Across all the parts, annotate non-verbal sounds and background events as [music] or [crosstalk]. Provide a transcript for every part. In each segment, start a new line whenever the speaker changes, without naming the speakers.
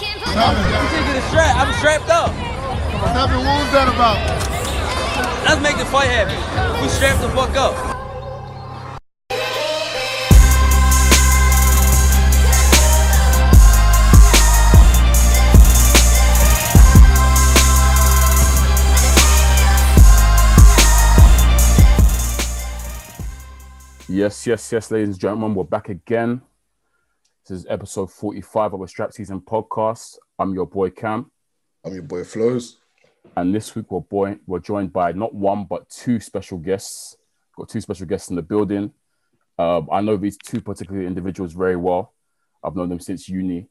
This nigga is strapped. I'm strapped up.
Nothing. What was that about?
Let's make the fight happen. We strapped the fuck up.
Yes, yes, yes, ladies and gentlemen, we're back again. This is episode 45 of the Strap Season podcast. I'm your boy Cam,
I'm your boy Flows.
and this week we're, boy- we're joined by not one but two special guests. Got two special guests in the building. Um, I know these two particular individuals very well. I've known them since uni.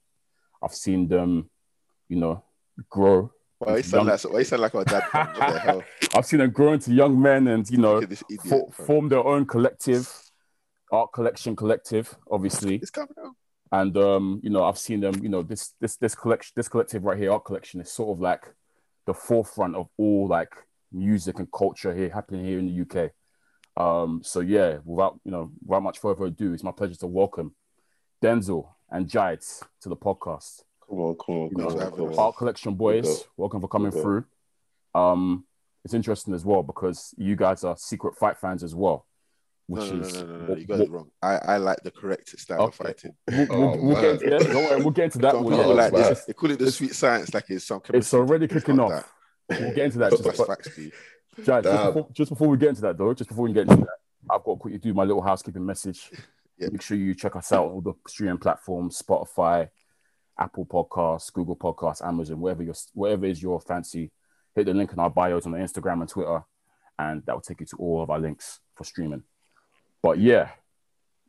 I've seen them, you know, grow.
Why you sound like why you sound like my dad? fam? What
[laughs]
the hell?
I've seen them grow into young men and, you know,
Look at this idiot.
fo-
fam.
form their own collective, art collection collective, obviously.
It's coming out.
and um, you know, I've seen them. You know, this this this collection, this collective right here, art collection, is sort of like the forefront of all like music and culture here happening here in the UK. Um, so yeah, without you know, without much further ado, it's my pleasure to welcome Denzel and Jides to the podcast.
Come on, come on,
You
come
know,
on, come on. [laughs]
Art collection boys,
Okay.
welcome for coming
Okay.
through. Um, it's interesting as well because you guys are secret fight fans as well, which
No, no, no,
is
no, no, no,
what-
You got
what-
it wrong. I, I like the correct style of
Okay.
fighting.
We'll,
Oh,
we'll- we'll get
man.
into, yeah, don't worry, we'll get into that.
Some
one,
people
yeah.
like
It's
man.
just-
this. They call it the sweet science, like it's some.
it's already
it's
kicking
not
off.
that.
We'll get into that.
It's
Just,
just
but-
facts, B.
Jai, just,
Damn.
before, just before we get into that, though, just before we get into that, I've got to quickly do my little housekeeping message.
Yeah.
Make sure you check us out on all the streaming platforms: Spotify, Apple Podcasts, Google Podcasts, Amazon, wherever your whatever is your fancy. Hit the link in our bios on our Instagram and Twitter, and that will take you to all of our links for streaming. But yeah,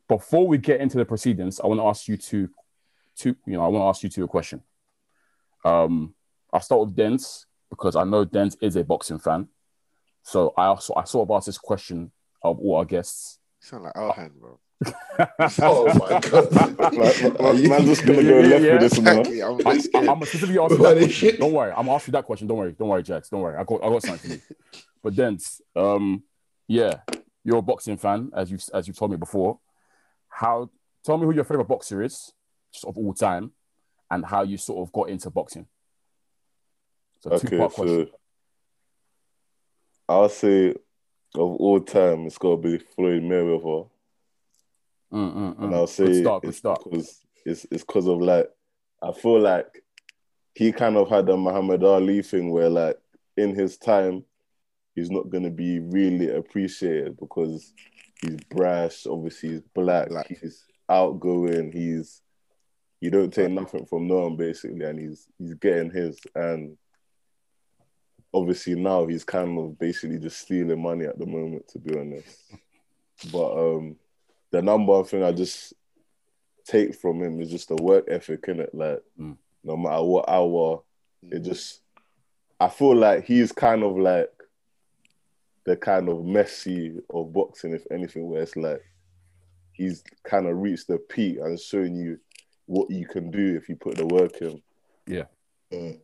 before we get into the proceedings, I want to ask you to, to you know, I want to ask you two a question. Um, I'll start with Dens because I know Dens is a boxing fan. So I also I sort of asked this question of all our guests.
You sound like Alhan, bro.
[laughs] Oh my god! man,
[laughs]
man, man's just gonna go
Yeah,
left
yeah.
with this one.
Exactly. I'm a
I,
bit
am [laughs]
scared.
gonna specifically ask you that question. Don't worry, I'm gonna ask you that question. Don't worry, don't worry, Jax. Don't worry, I got I got something for you. But Dens, um, yeah, you're a boxing fan, as you have as you've told me before. How tell me who your favorite boxer is, just of all time, and how you sort of got into boxing. So two
Okay,
part question.
so I'll say of all time, it's gotta be Floyd Mayweather,
Mm, mm, mm.
and I'll say
good start, good
it's
start.
because it's it's because of like I feel like he kind of had a Muhammad Ali thing where like in his time he's not gonna be really appreciated because he's brash, obviously he's black,
Black.
he's outgoing, he's you don't take nothing from no one basically, and he's he's getting his and obviously now he's kind of basically just stealing money at the moment to be honest. But um the number one thing I just take from him is just the work ethic, innit? Like
Mm.
no matter what hour, it just I feel like he's kind of like the kind of Messi of boxing, if anything, where it's like he's kind of reached the peak and showing you what you can do if you put the work in.
Yeah.
Mm.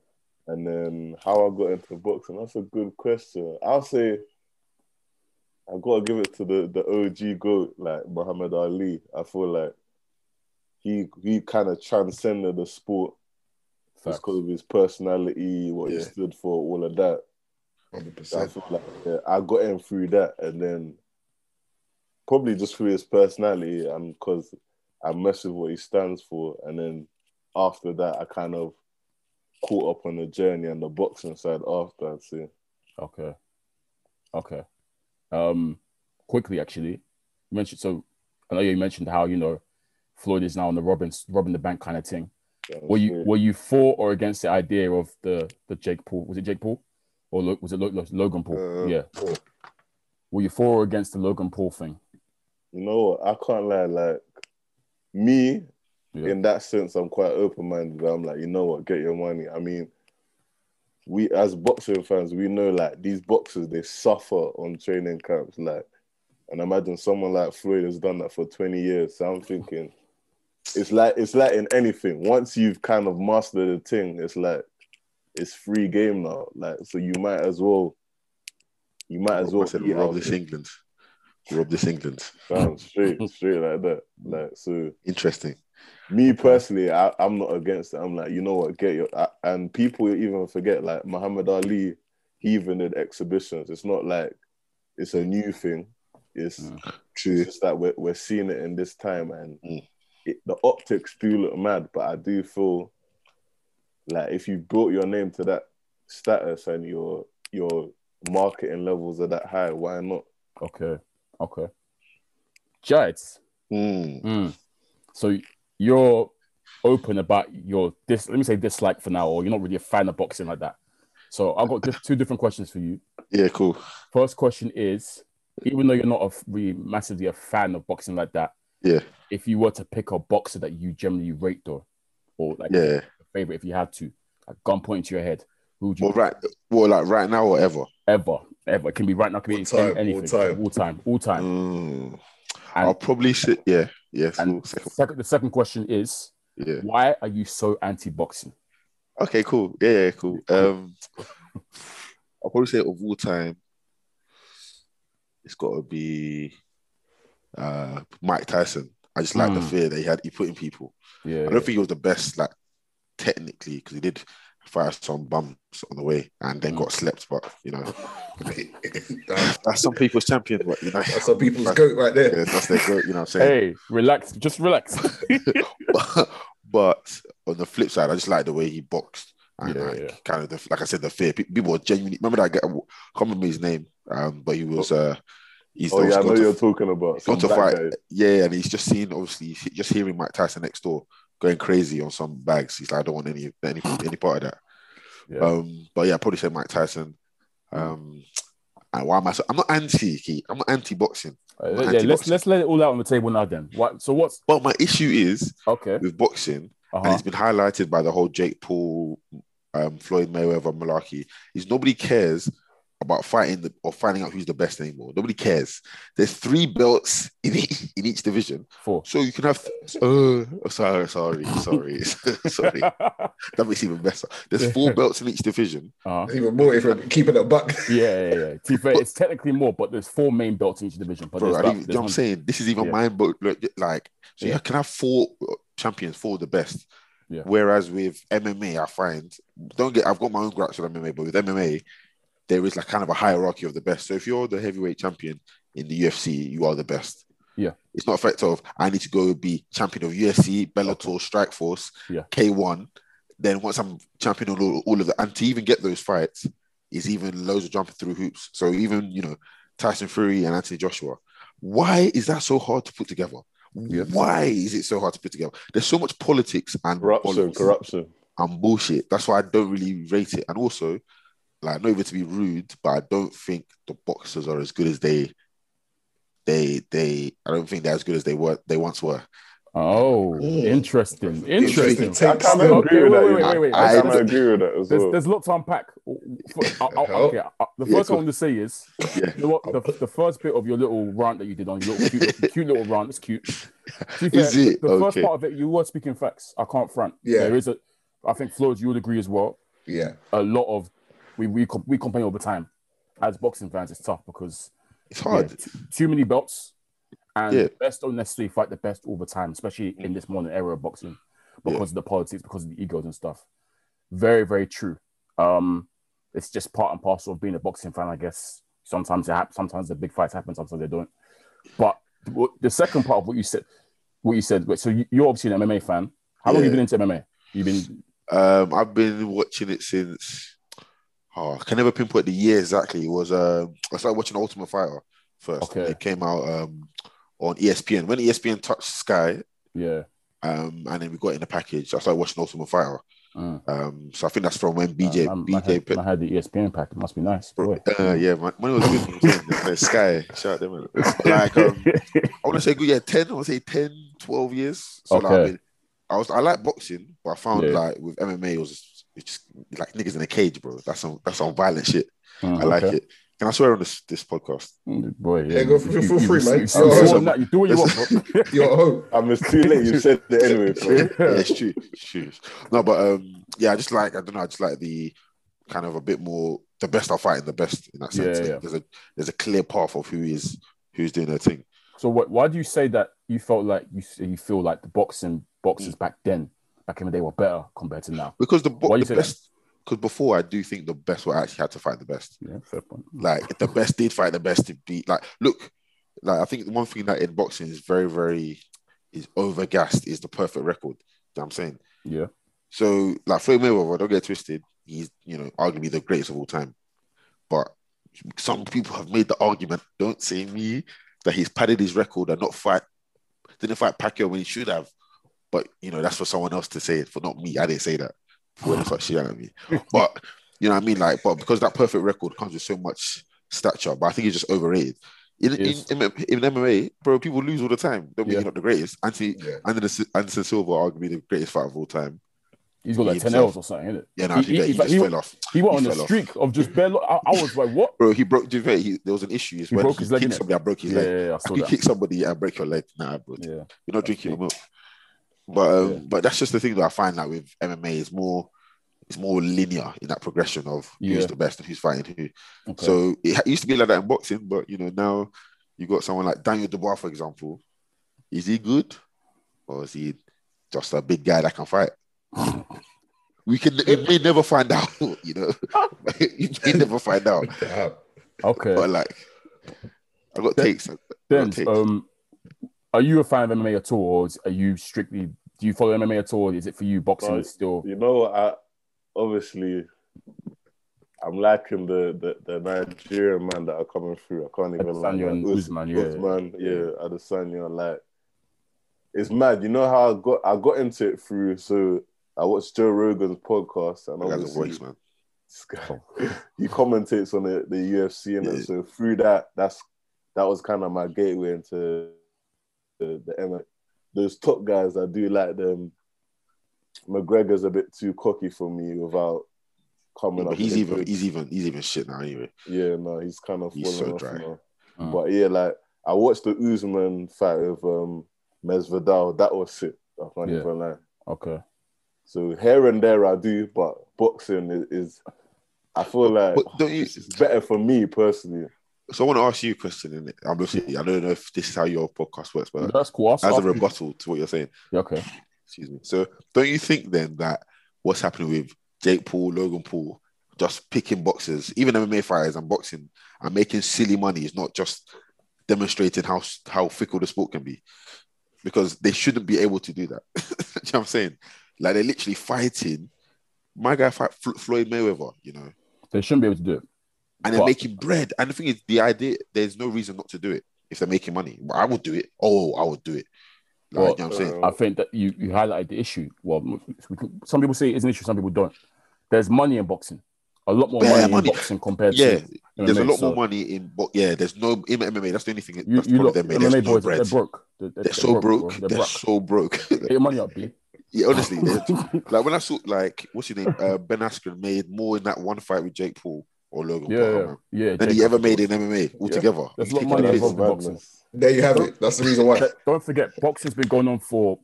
And then how I got into boxing, that's a good question. I'll say I gotta give it to the, the OG goat, like Muhammad Ali. I feel like he he kind of transcended the sport
Facts.
just because of his personality, what he
Yeah.
stood for, all of that. I
100%.
feel like yeah, I got him through that, and then probably just through his personality and because I mess with what he stands for, and then after that, I kind of caught up on the journey and the boxing side after. I'd say.
Okay. Okay. Um, quickly, actually, you mentioned so I know you mentioned how you know Floyd is now on the robbing robbing the bank kind of thing. Were you were you for or against the idea of the the Jake Paul? Was it Jake Paul or Lo- was it Lo- Lo- Logan Paul?
Uh,
yeah.
Paul.
Were you for or against the Logan Paul thing?
You know what? I can't lie. Like me,
Yeah.
in that sense, I'm quite open minded. I'm like, you know what? Get your money. I mean, we as boxing fans, we know like these boxers they suffer on training camps. Like, and imagine someone like Floyd has done that for 20 years. So I'm thinking, it's like it's like in anything. Once you've kind of mastered the thing, it's like it's free game now. Like, so you might as well, you might as well
I said,
eat
rob
out
this
the
England. Rob this England. [laughs]
Fam, straight, straight like that. Like so,
Interesting.
Me personally, I, I'm not against it. I'm like, you know what, get your I, and people even forget like Muhammad Ali, he even did exhibitions. It's not like it's a new thing. It's
True.
it's just that we're, we're seeing it in this time and
Mm.
it, the optics do look mad but i do feel like if you brought your name to that status and your your marketing levels are that high why not
Okay. Okay. Jets.
Mm.
Mm. So you're open about your dis. Let me say dislike for now, or you're not really a fan of boxing like that. So I've got just two different questions for you.
Yeah, cool.
First question is, even though you're not a f- really massively a fan of boxing like that,
Yeah.
if you were to pick a boxer that you generally rate though, or like
Yeah.
your favorite, if you had to, like gun point to your head, who would you
Well, right. Well, like right now or ever.
ever, ever? It can be right now, it can be
All time, all
anything,
time.
all time, all time.
Mm.
And-
I'll probably sit. Yeah. Yeah.
And
cool. Second.
second, the second question is,
Yeah.
why are you so anti-boxing?
Okay. Cool. Yeah. yeah cool. Um, I'll probably say of all time, it's got to be uh Mike Tyson. I just like the
Hmm.
Mm.
fear that he had. He put in people.
Yeah,
I don't think he was the best, like technically, because he did fire some bums on the way and then
Mm.
got slept. But you know,
[laughs]
that's some people's champion. But you know,
That's some
[laughs]
people's
That's-
goat right there.
yeah, that's their goat. You know what I'm saying?
Hey, relax, just
[laughs]
relax.
but on the flip side, I just like the way he boxed. And
Yeah,
like,
yeah.
kind of the, like I said, the fear. Pe- People were genuinely remember that guy. I can't remember his name, um, but he was uh, he's
oh
he's
yeah i
gone
know
to-
you're talking about
He's gone to
some black
fight.
guy.
Yeah, and he's just seen obviously he's just hearing Mike Tyson next door going crazy on some bags. He's like, I don't want any any any part
[laughs]
of that.
Yeah.
Um, but yeah, I probably say Mike Tyson. Um, and why am I? So, I'm not anti. Key. I'm not anti boxing.
Uh,
Not
yeah, let's
anti-boxing.
let's let it all out on the table now. Then what? So what's
But my issue is
okay?
with boxing, and
Uh-huh.
it's been highlighted by the whole Jake Paul, um, Floyd Mayweather malarkey. Is nobody cares about fighting the, or finding out who's the best anymore. Nobody cares. There's three belts in each, in each division.
Four.
So you can have. Oh, sorry, sorry, sorry,
[laughs]
[laughs] sorry. That makes it even better. There's four belts in each division.
Uh-huh.
That's even more if we're keeping a buck. [laughs]
Yeah, yeah, yeah. To be fair, it's technically more, but there's four main belts in each division. But
Bro,
there's
I
that,
don't even- you
there's
know what I'm
one-
saying? This is even
Yeah.
mind blowing. Like, so
Yeah.
you can have four uh, champions, four of the best.
Yeah.
Whereas with MMA, I find, don't get, I've got my own gripes with MMA, but with MMA, there is like kind of a hierarchy of the best. So if you're the heavyweight champion in the UFC, you are the best.
Yeah.
It's not a fact of, I need to go be champion of UFC, Bellator, Strikeforce,
Yeah.
K1. Then once I'm champion of all, all of that, and to even get those fights is even loads of jumping through hoops. So even, you know, Tyson Fury and Anthony Joshua. Why is that so hard to put together? Why is it so hard to put together? There's so much politics and
corruption
politics
corruption
and bullshit. That's why I don't really rate it. And also, like, not even to be rude, but I don't think the boxers are as good as they, they, they. I don't think they're as good as they were. They once were.
Oh, interesting, interesting.
i
Takes
kind of
them.
agree with that
wait,
you
wait,
know.
wait, wait.
i
I-
kind of agree with that as
There's,
well
there's lots to unpack. I- I- okay, I- the
Yeah,
first I
cool.
want to say is,
Yeah.
you know what? The, the first bit of your little rant that you did on your little
[laughs]
cute, cute little rant, it's cute. To be
Is it?
The first
Okay.
part of it, you were speaking facts. I can't front.
Yeah.
there is a. I think Floyd, you would agree as well.
Yeah.
A lot of we we com- we complain all the time as boxing fans. It's tough because
It's
yeah,
hard.
t- too many belts, and
Yeah.
the best don't necessarily fight the best all the time, especially in this modern era of boxing, because of the politics, because of the egos and stuff. Very, very true. Um, it's just part and parcel of being a boxing fan, I guess. Sometimes it happens. Sometimes the big fights happen. Sometimes they don't. But what- the second part of what you said, what you said. wait, So you- you're obviously an MMA fan. How long have you
Yeah.
been into MMA? You've been
Um, I've been watching it since. Oh, I can never pinpoint the year exactly. It was um, I started watching Ultimate Fighter first.
Okay.
It came out um on ESPN when E ESPN touched Sky.
yeah.
Um, and then we got it in the package. I started watching Ultimate Fighter.
Mm.
Um, so I think that's from when BJ
Um, I,
BJ
had, I had the ESPN pack. It must be nice. Boy.
Uh, yeah, man. When it was good, it was in the Sky, shout out them. man. But Like, um, I want to say, good, yeah, 10, I want to say 10, 12 years. So, like,
Okay.
I, mean, I was, I like boxing, but I found
Yeah.
like with MMA, it was just, it's just like niggas in a cage, bro. That's some, that's some violent shit.
Mm,
I like
okay.
it. Can I swear on this, this podcast?
Mm, Boy, yeah.
Yeah, go for-
You-
feel
you-
free, Oh.
you-
man.
you-
So-
you-
so-
no, you do what you
[laughs]
want, bro.
You're at home.
[laughs]
i'm it's too late you said that anyway so.
yeah, it's true. It's true. No, but um, yeah, I just like I don't know. I just like the kind of a bit more the best are fighting the best in that sense.
Yeah, yeah.
There's a there's a clear path of who is who's doing their thing.
So, what, why do you say that you felt like you you feel like the boxing boxers back then, back in the day, were better compared to now.
Because the, bo-
Why you
the
say that?
best, because before I do think the best were actually had to fight the best.
Yeah, fair point.
Like the best did fight the best to beat. Like look, like I think the one thing that in boxing is very very is overgassed is the perfect record. You know what I'm saying.
Yeah,
So like Floyd Mayweather, don't get twisted. He's you know arguably the greatest of all time, but some people have made the argument. Don't say me that he's padded his record and not fight didn't fight Pacquiao when he should have. But you know that's for someone else to say. For not me, I didn't say that. Who the fuck shit out of
[laughs]
me? But you know what I mean. Like, but because that perfect record comes with so much stature, but I think it's just overrated. In, in,
Yes.
in, in MMA, bro, people lose all the time. Don't
Yeah.
mean you're not the greatest. Anthony,
Yeah.
Anderson, Anderson Silva, arguably the greatest fighter of all time.
he's got like
He
ten
himself-
L's or something, isn't it?
Yeah, no, he,
he,
he,
he,
just
he-
fell off.
he went on
he
a
fell off.
streak of just bare. Lo- I, I was like, what?
Bro, he broke, do you know, he, there was an issue. Is
He
when
broke
[laughs] he
his leg,
kicked
innit?
somebody, I broke his
Yeah,
leg.
yeah, yeah, I
If
saw
you
that.
kick somebody and break your leg, nah, bro.
Yeah,
You're not drinking
it.
your milk. But um,
Yeah.
but that's just the thing that I find that with MMA is more it's more linear in that progression of who's
Yeah.
the best and who's fighting who.
okay.
So it ha- used to be like that in boxing, but you know now you got someone like Daniel Dubois, for example. Is he good, or is he just a big guy that can fight? We can it may never find out, [laughs] you know. you may never find out,
Damn.
okay.
but like I got takes. I got
Then,
takes.
um, are you a fan of MMA at all, or is- are you strictly do you follow MMA at all? Is it for you boxing
No.
is still?
You know, I obviously I'm liking the, the, the Nigerian man that are coming through. I can't even like
Adesanya and
Us-
Usman, yeah.
Usman, yeah, Adesanya, like it's mad. You know how I got I got into it through so I watched Joe Rogan's podcast and
I got the
obviously
voice, man.
this guy- [laughs] he commentates on the, the UFC and that. so through that that's that was kind of my gateway into the, the MMA. Those top guys, I do like them. McGregor's a bit too cocky for me without coming
But
up.
he's
with a
even
good-
he's even he's even shit now anyway.
yeah, no, he's kind of
He's
fallen
so
off
dry. Uh.
now.
Mm.
But yeah, like I watched the Usman fight with um, Mesvidal. That was sick. I can't
Yeah.
even lie.
Okay,
So here and there I do, but boxing is, is I feel like
But don't you?
it's better for me personally.
So I want to ask you a question. Innit? I'm obviously I don't know if this is how your podcast works, but
that's cool. I'll
as a
start-
rebuttal to what you're saying.
Yeah, okay,
Excuse me. So don't you think then that what's happening with Jake Paul, Logan Paul, just picking boxers, even MMA fighters and boxing and making silly money is not just demonstrating how how fickle the sport can be. Because they shouldn't be able to do that. [laughs] do you know what I'm saying? Like they're literally fighting. My guy fight Flo- Floyd Mayweather, you know,
they shouldn't be able to do it.
and they're
But-
making bread. And the thing is, the idea there's no reason not to do it if they're making money. But I would do it. Oh, I would do it. Like,
Well,
you know what I'm saying?
Um,
I think that you, you highlighted the issue. Well, we can- some people say it's an issue, some people don't. There's money in boxing, a lot more
Bare
money,
money.
in boxing compared
Yeah,
to
There's a
MMA,
lot
so
more money in, but yeah, there's no in MMA. That's the only thing.
You,
that's
you
probably
look,
them, mate.
MMA
There's no
boys,
bread.
they're broke. They're, they're-
They're
they're
so
bro.
broke.
They're
They're,
broke.
so broke. [laughs]
Get your money up, B.
yeah, honestly,
[laughs]
they're- like when I saw like what's your name, uh, Ben Askren made more in that one fight with Jake Paul or Logan
yeah,
Paul
yeah,
man,
yeah.
than he
Jacob.
ever made in MMA altogether.
There's a
He's
lot of
taking
money
the piss.
involved in
Madness.
boxing.
There you have it. That's the reason why.
Don't forget, boxing's been going on for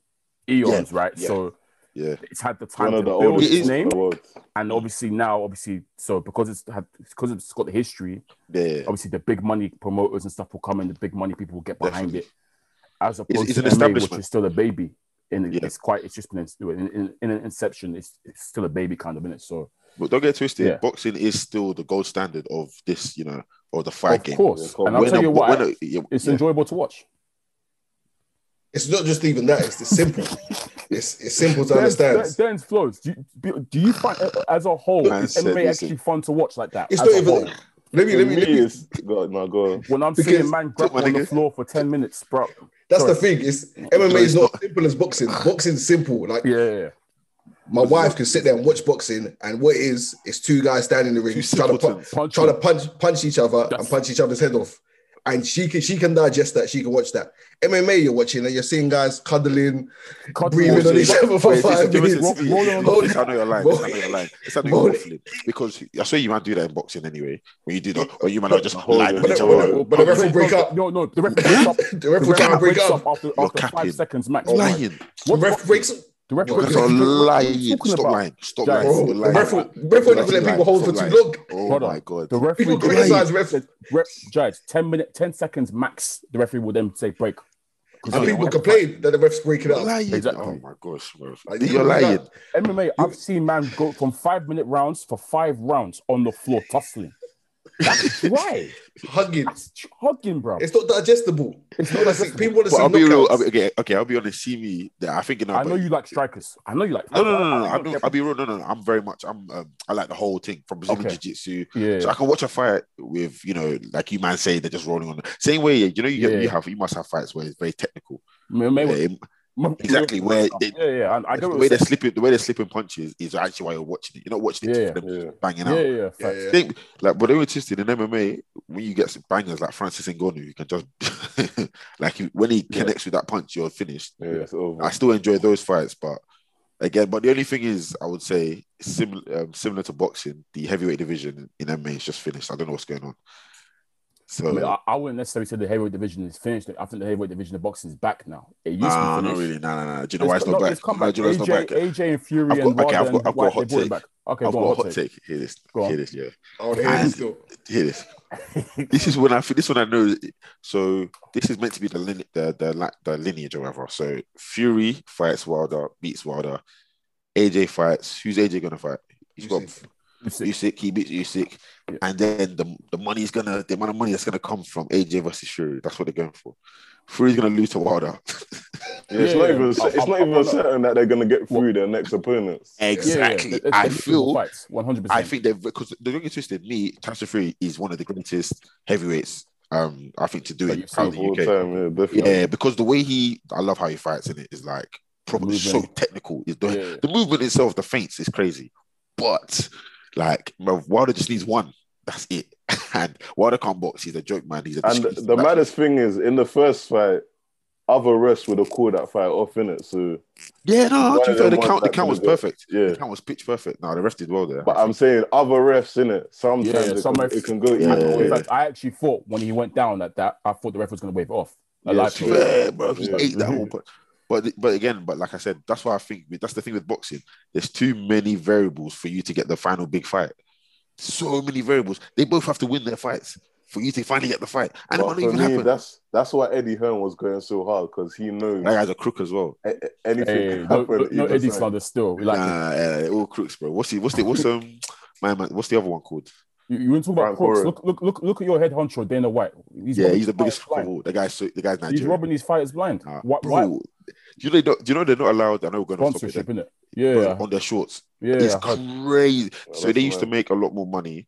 eons, right?
yeah.
So
Yeah,
it's had the time
One
to
of the
build
oldest
its
in
name,
the world.
and obviously now, obviously, so because it's had because it's got the history,
yeah.
obviously the big money promoters and stuff will come in, the big money people will get behind
Definitely.
it. As opposed
it's
to
an
MMA, which
establishment.
is still a baby. And
Yeah.
it's quite, it's just been in, in, in an inception, it's, it's still a baby kind of in it. So,
But don't get twisted.
Yeah.
Boxing is still the gold standard of this, you know, or the fight
of
game.
course.
Yeah,
And I'll
When
tell
a-
you why,
when a- yeah,
it's
yeah.
enjoyable to watch.
It's not just even that. It's the simple. it's it's simple to
Dan's,
understand.
Dan- Dan's flows. Do you, do you find, uh, as a whole,
Man
is
said
MMA
this
actually fun to watch like that?
It's
as
not
a
even.
whole?
Let me,
For
let me,
me,
let me.
it's God, no, go.
When I'm
Because-
seeing man grapple
my
on the
nigga.
floor for 10 minutes, bro.
That's
sorry.
the thing. It's MMA is
it's
not simple as boxing. Boxing's simple. Like
Yeah, yeah, yeah.
my wife can sit there and watch boxing, and what it is, it's two guys standing in the ring
Two
trying to punch,
simpletons.
Punch
trying to punch punch each other
That's-
and punch each other's head off. And she can she can digest that. She can watch that. MMA, you're watching and you're seeing guys cuddling, [laughs]
Cut-
breathing on each other for
Wait, this
five
is- this is-
minutes.
Roll- roll on-
this is- I know you're lying. This I know you're lying. This I know you're
Hold it.
waffling. Because I swear you might do that in boxing anyway. When you do that, or you might not just
Hold
lie
it.
to
But
each
the, but
other.
the- but the ref will break up.
No, no, the ref breaks up.
The ref will try and break
breaks
up.
after,
You're
after
capping.
five seconds max. Oh
Lying.
The
What-
ref breaks up.
The ref
You're
That's a lying.
Talking
Stop
about-
lying. Stop
Jack,
lying.
Bro,
You're
the
lying.
ref will ref will
You're
not even let
lying.
people hold for
Stop
too
lying.
long.
Oh
Hold
my
on.
god.
The referee
People
gives-
criticize ref.
Ref, judge, 10 minute, 10 seconds max, the referee will then say break.
And
yeah,
people
what the
complain that the ref's breaking up.
lying.
Exactly.
Oh my gosh, bro.
Like,
You're
look at
lying.
that.
MMA, I've seen man go from five minute rounds for five rounds on the floor tussling.
[laughs]
That's right.
Hugging.
That's hugging, bro.
It's not digestible. It's not like people want to
But
see
I'll be real.
knockouts.
I'll be, okay, okay, I'll be honest. See me. That I think you know.
I
but-
know you like strikers. I know you like.
No, no, no,
[laughs]
no.
I-
no.
I-
I'm, I'll be real. No, no, no. I'm very much. I'm. Um, I like the whole thing from Brazilian
Okay.
jiu-jitsu.
Yeah.
So I can watch a fight with you know, like you man say, they're just rolling on. the Same way, you know, you,
Yeah.
you have you must have fights where it's very technical.
Mayweather-
Yeah, exactly, where they-
yeah, yeah. I, I get
the
what
way
you're
they're slipping, the way they're slipping punches is actually why you're watching it. You're not watching it
Yeah.
just for them
Yeah.
banging
saying.
out.
yeah, yeah,
Yeah,
fact.
yeah.
Think like but they were interested in MMA when you get some bangers like Francis Ngannou, you can just [laughs] like he- when he
Yeah.
connects with that punch, you're finished.
Yeah, it's over.
I still enjoy those fights, but again, but the only thing is, I would say similar um, similar to boxing, the heavyweight division in MMA is just finished. I don't know what's going on. So uh,
I, mean, I, I wouldn't necessarily say the heavyweight division is finished. I think the heavyweight division of boxing is back now. It used
nah,
to be
Ah, not
finished.
really. Nah, nah, nah. Do you know
It's
why it's
co-
not
no,
back?
it's come
Nah,
back.
do you know it's
AJ,
not back?
AJ and Fury
I've
and
got- okay, I've
Wilder
got- I've
and
got a
White,
hot
they brought it
take.
back. Okay, go
I've got a
on,
hot
hot take.
take. Hear this.
Go on.
Hear this. Yeah.
I want to hear
And-
this still.
Hear this. this is when I this one I know. So this is meant to be the lin- the the, li- the lineage or whatever. So Fury fights Wilder, beats Wilder. AJ fights. Who's AJ gonna fight? He's got
Usyk.
Usyk.
Usyk. He beats Usyk,
Yeah.
and then the the money's gonna the amount of money that's gonna come from AJ versus Fury. That's what they're going for. Fury's gonna lose
[laughs]
to Wilder.
Yeah, it's
Yeah,
not
yeah.
even.
I-
It's
I-
not
I
even
wanna-
certain that they're gonna get through their next opponents.
Yeah, yeah,
Exactly.
it's- it's
I
gonna be equal
feel
fights, 100%.
I think they've because the thing is twisted. Me, Tyson Fury is one of the greatest heavyweights. Um, I think to do
That
it
you've seen
out of the
Of all
UK.
time, yeah, definitely.
Yeah, because the way he, I love how he fights in it is like probably so
Movement.
technical. Is the,
Yeah, yeah.
the movement itself, the feints is crazy, but like bro, Wilder just needs one. That's it. [laughs] And Wilder can't box. He's a joke man. He's a
And
he's-
the
like,
maddest thing is, in the first fight, other refs would have called that fight off in it. So
yeah, no,
one
to be fair,
of them
the
ones
count, the
that
count
do
was
that.
perfect.
yeah,
The count was pitch perfect. Now the ref did well there.
but I'm saying other refs in it. Sometimes
Yeah,
it,
some
can,
refs-
it can go
Yeah.
either
In
way.
fact, I actually thought when he went down at that, I thought the ref was going to wave it off. A
Yeah,
live
sure.
play.
[laughs] Yeah, bro, he
Yeah.
ate that whole. But, but but again, but like I said, that's why I think that's the thing with boxing. There's too many variables for you to get the final big fight. So many variables. They both have to win their fights for you to finally get the fight, and it might
But
not
for
even
me,
happen. That
that's that's why Eddie Hearn was going so hard because he knows
guy's a crook as well.
a- a- anything
Hey,
can
no,
happen.
no, no
either
Eddie
side.
slander still. We
Nah,
Like it.
yeah, they're all crooks, bro. What's the what's the what's um [laughs] my man? What's the other one called?
you, you want to talk about
Frank
crooks?
Warren.
Look, look, look, look at your head honcho, Dana White. He's
yeah,
robbing
he's the
these
biggest
fighters
crook of
blind.
all. The guy's so the guy's
He's
Nigerian.
robbing these fighters blind.
Nah,
Why?
bro,
why?
do you know they don't, do you know they're not allowed? I know we're going to stop it.
Sponsorship,
Then,
innit?
yeah.
Yeah,
On their shorts,
yeah.
it's crazy.
Yeah,
so
that's
they used
mad.
to make a lot more money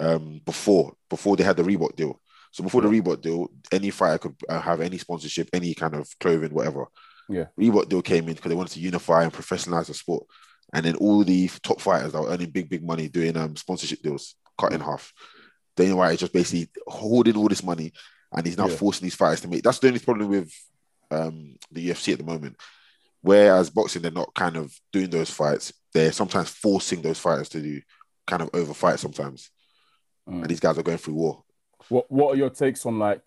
um, before before they had the Reebok deal. So before the Reebok deal, any fighter could uh, have any sponsorship, any kind of clothing, whatever.
Yeah.
Reebok deal came in because they wanted to unify and professionalize the sport, and then all the top fighters that were earning big big money doing um, sponsorship deals cut in half. Dana White is just basically holding all this money, and he's now
Yeah.
forcing these fighters to make. That's the only problem with um, the UFC at the moment. Whereas boxing, they're not kind of doing those fights. They're sometimes forcing those fighters to do kind of over fights sometimes.
Mm.
And these guys are going through war.
What What are your takes on like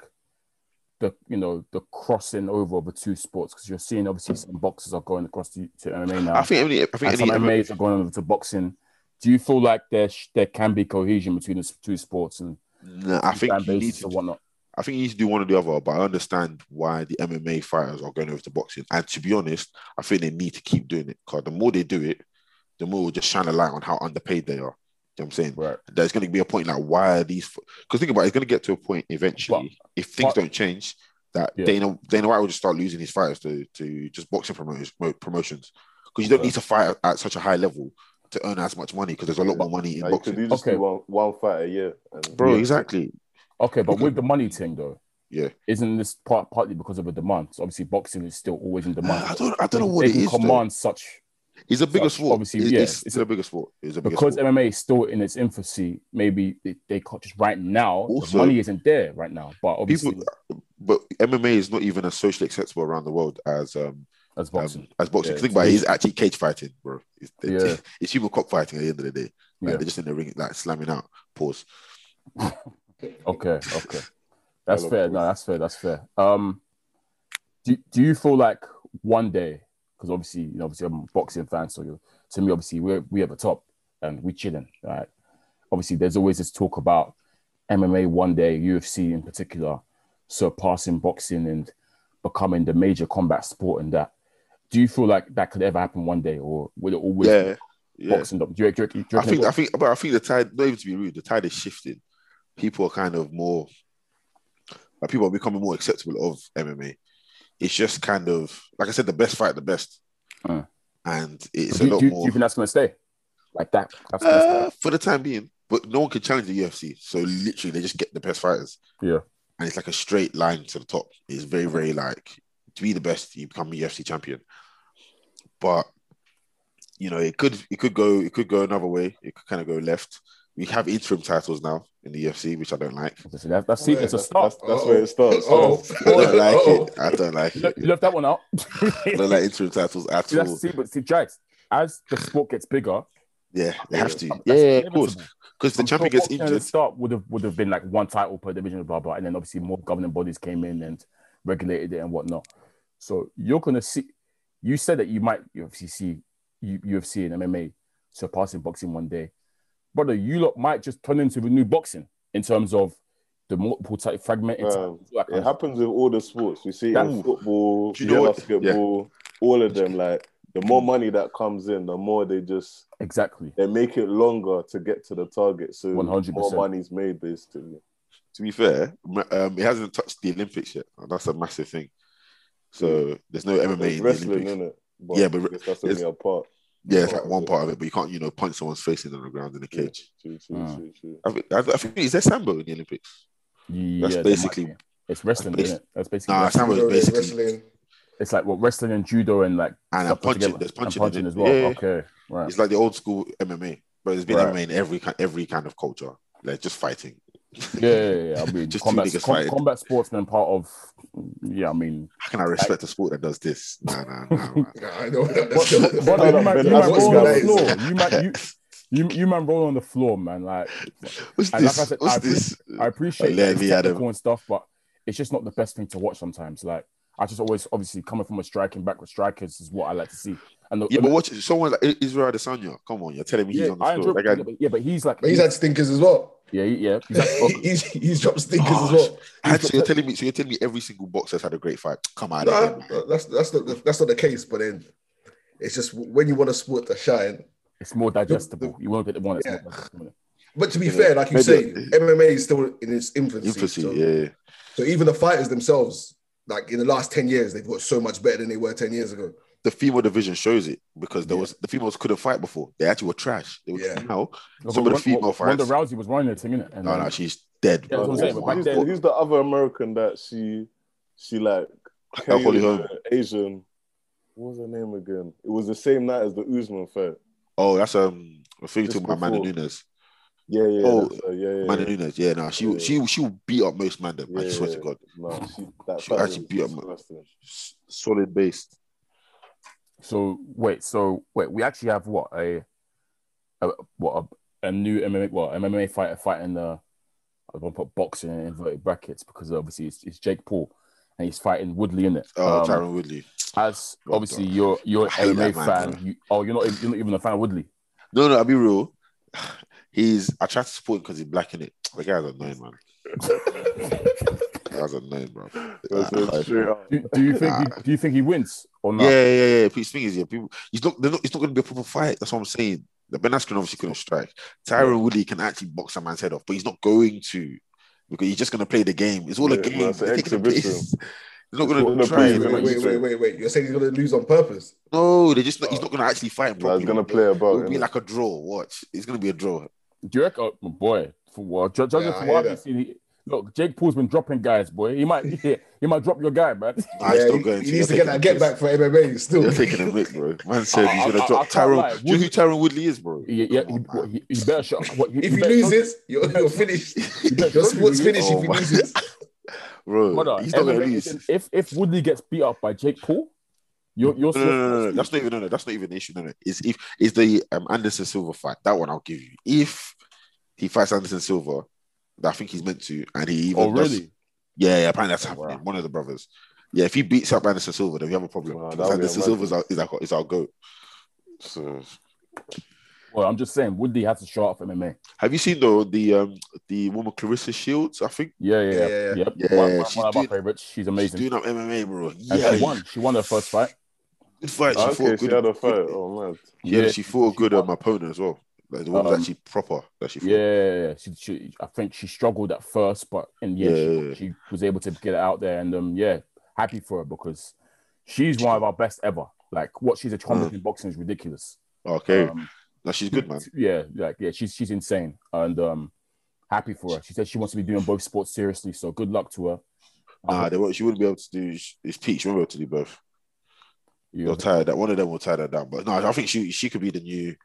the you know the crossing over of the two sports? Because you're seeing obviously some boxers are going across to, to MMA now.
I think any, I think
and
any
some
MMA
MAs are going over to boxing. Do you feel like there sh- there can be cohesion between the s- two sports and
nah, I think
fan
you need
bases
to
and whatnot?
I think you need to do one or the other, but I understand why the MMA fighters are going over to boxing. And to be honest, I think they need to keep doing it because the more they do it, the more we'll just shine a light on how underpaid they are. You know what I'm saying?
Right.
There's going to be a point like, why are these? Because think about it, it's going to get to a point eventually, if things
but-
don't change, that
Yeah.
Dana, Dana White will just start losing his fighters to, to just boxing promoters, promo- promotions. Because you don't
Okay.
need to fight at such a high level to earn as much money because there's a lot more money in
Like,
boxing.
could you just
Okay.
do one, one fight a year? And
Bro,
Yeah.
exactly.
Okay, but
Okay.
with the money thing though,
Yeah.
isn't this part partly because of the demand? So obviously, boxing is still always in demand.
I don't, I don't know
They-
what
they
it
can
is. though.
command such
It's the biggest
such-
sport.
obviously,
It-
yeah,
it's,
it's
still the biggest sport. It's the biggest
because
sport.
MMA is still in its infancy. Maybe they, they can't just right now.
Also-
the money isn't there right now, but obviously
People, but MMA is not even as socially acceptable around the world as um,
as
um,
boxing.
as boxing.
Yeah,
Think
it's
about it,
really-
it's actually cage fighting, bro. It's,
Yeah.
[laughs] it's human cockfighting at the end of the day. Like,
Yeah.
They're just in the ring, like slamming out. Pause.
Okay,
[laughs]
okay. That's
love
fair. No, that's fair. That's fair. Um, do, do you feel like one day, because obviously, you know, obviously I'm a boxing fan, so you to me, obviously, we're we at the top and we're chilling, right? Obviously, there's always this talk about MMA one day, UFC in particular, surpassing boxing and becoming the major combat sport in that. Do you feel like that could ever happen one day, or will it always
yeah,
be
yeah.
boxing? Do you, do you, do you
I
reckon
think
it
I think, but I think the tide. Not even to be rude, the tide is shifting. People are kind of more, like people are becoming more acceptable of MMA. It's just kind of like I said, the best fight, the best,
Mm.
and it's
do,
a lot
do, do
more
you think that's gonna stay like that? That's gonna
uh,
stay.
for the time being. But no one can challenge the UFC, so literally they just get the best fighters.
Yeah.
and it's like a straight line to the top. It's very, very like to be the best, you become a UFC champion. But you know, it could it could go it could go another way. It could kind of go left. We have interim titles now in the UFC, which I don't like.
That's, that's, that's, see,
Yeah,
it's a
That's,
start.
that's, that's where it starts.
Oh,
I don't
[laughs]
like it. I don't like
You
it.
left- you left that one out.
I don't like interim titles
[laughs]
at
See, that's,
all.
see, but see, Jax, as the sport gets bigger,
Yeah, they have to.
that's
Yeah, yeah, of
inevitable.
course. Because the
I'm
champion
sure
gets
boxing at
injured.
The start would have would have been like one title per division, blah blah, and then obviously more governing bodies came in and regulated it and whatnot. So you're gonna see. You said that you might obviously see U- UFC and MMA surpassing boxing one day, brother. You lot might just turn into the new boxing in terms of the multiple type fragmented.
Uh,
Um,
type-
It happens with all the sports. We see it in
That-
football,
Do you know what-
basketball, all of them. Like the more money that comes in, the more they just
exactly.
they make it longer to get to the target. So
100%.
more money's made basically.
To be fair, ma- um, it hasn't touched the Olympics yet. and that's a massive thing. So there's no MMA
There's
in the
wrestling,
Olympics.
is it?
Yeah, but
that's
it's-
only a part.
Yeah, it's
Oh,
like one part of it, but you can't, you know, punch someone's face in on the ground in a cage.
True, true,
Mm.
true, true.
I think, I, I think is there sambo in the Olympics?
Yeah,
That's
there might
basically-
be. it's wrestling,
that's
isn't it? That's basically.
Nah,
wrestling.
Sambo is basically
wrestling.
It's like what wrestling and judo and like stuff
and I'm
put
punching.
together.
There's
And
punching, in
punching
it.
as well.
Yeah,
Okay, right.
it's like the old school MMA, but it's been
Right.
MMA in every ki- every kind of culture, like just fighting.
Yeah, yeah, yeah. I mean,
Just two
combat,
niggas
com-
fighting.
combat sportsmen part of, yeah, I mean,
[laughs] How can I respect a sport that does this? Nah, nah, nah.
[laughs]
man.
Nah, I know what
but,
that's
you might- you might
That's what
roll on the
that is.
floor. You might, you, you, you man roll on the floor, man. Like,
[laughs] What's
And like
this?
I said,
What's
I
this?
I appreciate
Let
that it's
me at him.
technical and stuff, but it's just not the best thing to watch sometimes. Like, I just always, obviously, coming from a striking back with strikers is what I like to see. And the,
yeah, but watch someone like I- Israel Adesanya. Come on, you're telling me
yeah,
he's on the
I
floor.
enjoy,
That guy-
yeah, but, yeah, but he's like,
But he's had stinkers as well.
yeah, yeah, he's like, oh,
[laughs] he's, he's dropped stinkers
Oh,
as well.
and so you're telling me, so you're telling me every single boxer's had a great fight. Come on,
No, that's that's not the, that's not the case. But then it's just when you want a sport to shine.
it's
[laughs]
more digestible. You want to get the one that's
Yeah.
more digestible.
But to be
Yeah.
fair, like you
Maybe-
say, MMA is still in its infancy.
infancy.
so,
Yeah,
so even the fighters themselves, like in the last ten years, they've got so much better than they were ten years ago.
the female division shows it because there
Yeah.
was the females couldn't fight before. They actually were trash. They were
Yeah.
now.
Look,
Some of the
Ron-
female
Ron-
fights-
Ronda Rousey was running the thing, innit? And,
No,
um,
no, she's dead.
Yeah, that's what I'm
bro. Oh
saying,
Who's,
but back
who's
then-
the, who's the other American that she she like
Al Holly
KO'd
Holm.
the Asian? What was her name again? It was the same night as the Usman fight.
Oh, that's um, referring to
Just
my Amanda
before.
Nunes.
Yeah, yeah,
Oh,
that's her, yeah, yeah.
Amanda Nunes, yeah, no, she
Yeah.
she she will beat up most man. them, I swear to
Yeah.
God,
No, she, that
She
fight
actually
was
beat up-
disgusting.
S- solid based.
So wait, so wait, we actually have what a, a what a, a new MMA well MMA fighter fighting uh, the I'm gonna put boxing in inverted brackets because obviously it's, it's Jake Paul and he's fighting Woodley in it.
Oh, Tyron Woodley.
as
well
obviously
done.
you're you're an
I
MMA
hate that man,
fan.
bro.
You, oh, you're not even- you're not even a fan of Woodley.
No, no, I'll be real. [sighs] He's I tried to support him because he's black in it. The guy's annoying, man. the guy's annoying, bro.
That's
Nah,
it, straight up.
Do, do you think
Nah.
do you think he wins or not?
Yeah, yeah, yeah. But the thing is, yeah, people, it's not, they're not, it's not going to be a proper fight. That's what I'm saying. Like Ben Askren obviously couldn't strike. Tyron Woodley can actually box a man's head off, but he's not going to because he's just going to play the game. It's all a
Yeah,
game.
man, it's an
They're taking the
exhibition.
piss. They're not
It's
going
all a
to try.
Wait,
Yeah, but
wait,
you
wait,
said-
wait, wait, wait. You're saying he's gonna lose on purpose?
No, they're just not, he's not going to actually fight him
Nah,
properly.
he's gonna play
It'll
about.
be
innit?
like a draw. Watch, it's going to be a draw.
Do you reckon, oh, boy? For what judge, judging
Yeah, I
from
hear
what I've
that.
seen, he, look, Jake Paul's been dropping guys, boy. He might [laughs] he, he might drop your guy, man. [laughs]
Nah, he's
Yeah,
still
he-
going
he
to.
needs to
You're
get that
taking
get back
the
for MMA.
piss.
Still,
You're
[laughs]
taking a mic, bro. Man said
I-
he's going
I-
to
I
drop.
can't
Tyron,
lie.
do you know who Tyron Woodley is, bro?
Yeah, yeah.
Come on,
What, he, he better shut. What, he,
if
he
you
better
lose
shut-
it, you're,
[laughs]
you're finished. [laughs]
he better
Your
shut
sport's
you,
finished
Oh
if he
my-
[laughs]
loses.
bro.
Hold on,
he's not going to
MMA
lose.
isn't- If if Woodley gets beat up by Jake Paul, you're you're
No, no, no, no, no, That's not even no, no. That's not even an issue. No, no. It's if it's the um, Anderson Silva fight. That one I'll give you. If he fights Anderson Silva, that I think he's meant to, and he even
Oh
does-
really?
yeah, yeah, apparently that's
Oh, wow.
happening. One of the brothers. Yeah, if he beats up Anderson Silva, then we have a problem.
Wow, that
Because
would be
Anderson
amazing.
Silva is our is our, is our goat. So
Well, I'm just saying, would they have to show up for MMA?
Have you seen though the um the woman Clarissa Shields? I think
Yeah, yeah, yeah.
Yeah, yeah, yeah.
Yep.
Yeah,
one, one-
she's
one of my
doing-
favorites. She's
she's
amazing.
doing up MMA, bro.
and
Yeah,
she won. She won her first fight.
Good fight. She
Okay,
fought
she
good.
had a fight.
good-
Oh man,
yeah, she fought a
she
good
won.
um, opponent as well. Like the one was
Um,
actually proper that she fought.
Yeah, she, she, I think she struggled at first, but in the end, she-
Yeah.
she, was able to get it out there. And um, yeah, happy for her because she's one of our best ever. Like what she's accomplishing in boxing is ridiculous.
Okay,
Um,
now she's good, man.
Yeah, like yeah, she's she's insane, and um, happy for her. She said she wants to be doing both sports seriously, so good luck to her.
Nah, they won't, she wouldn't be able to do. It's Pete. She won't be able to do both.
You-
They'll tie her down. One of them will tie her down. But no, I think she she could be the new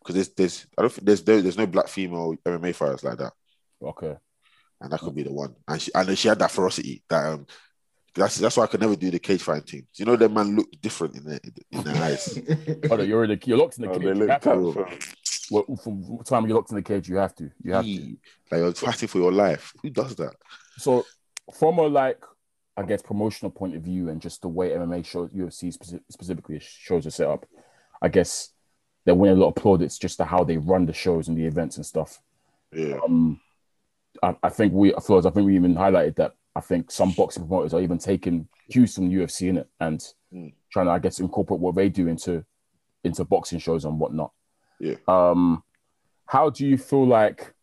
because there's there's I don't think there's no, there's no black female MMA fighters like that,
okay,
and that could be the one. And she I know she had that ferocity that um that's that's why I could never do the cage fighting thing. You know, that man looked different in their in their eyes.
oh, no, you're in the you're locked in the
oh,
cage.
they
You
look
have
tough.
to.
cool.
fam.
Well, from the time you're locked in the cage, you have to. You have to.
Like you're fighting for your life. Who does that?
So, from a like, I guess promotional point of view, and just the way MMA shows UFC speci- specifically shows are set up, I guess they're winning a lot of plaudits just to how they run the shows and the events and stuff.
Yeah,
Um, I, I think we, Flores, I think we even highlighted that. I think some boxing promoters are even taking cues from the UFC in it and
Mm.
trying to, I guess, incorporate what they do into into boxing shows and whatnot.
Yeah.
Um, how do you feel like?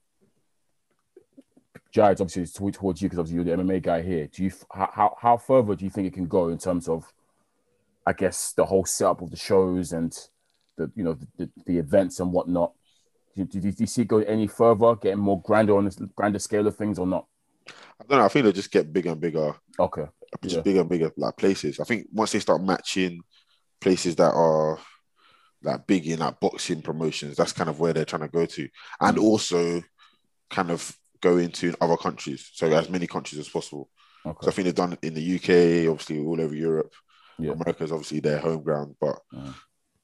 Jared, obviously, it's tw- towards you because obviously you're the MMA guy here. Do you f- how, how how further do you think it can go in terms of, I guess, the whole setup of the shows and the you know the, the, the events and whatnot? Do, do, do you see it go any further, getting more grander on this grander scale of things or not?
I don't know. I think they'll just get bigger and bigger.
Okay.
just
Yeah.
bigger and bigger like places. I think once they start matching places that are like big in like boxing promotions, that's kind of where they're trying to go to, and also kind of go into other countries. So as many countries as possible.
Okay.
So I think they've done it in the UK, obviously all over Europe.
Yeah.
America's obviously their home ground, but
Mhm.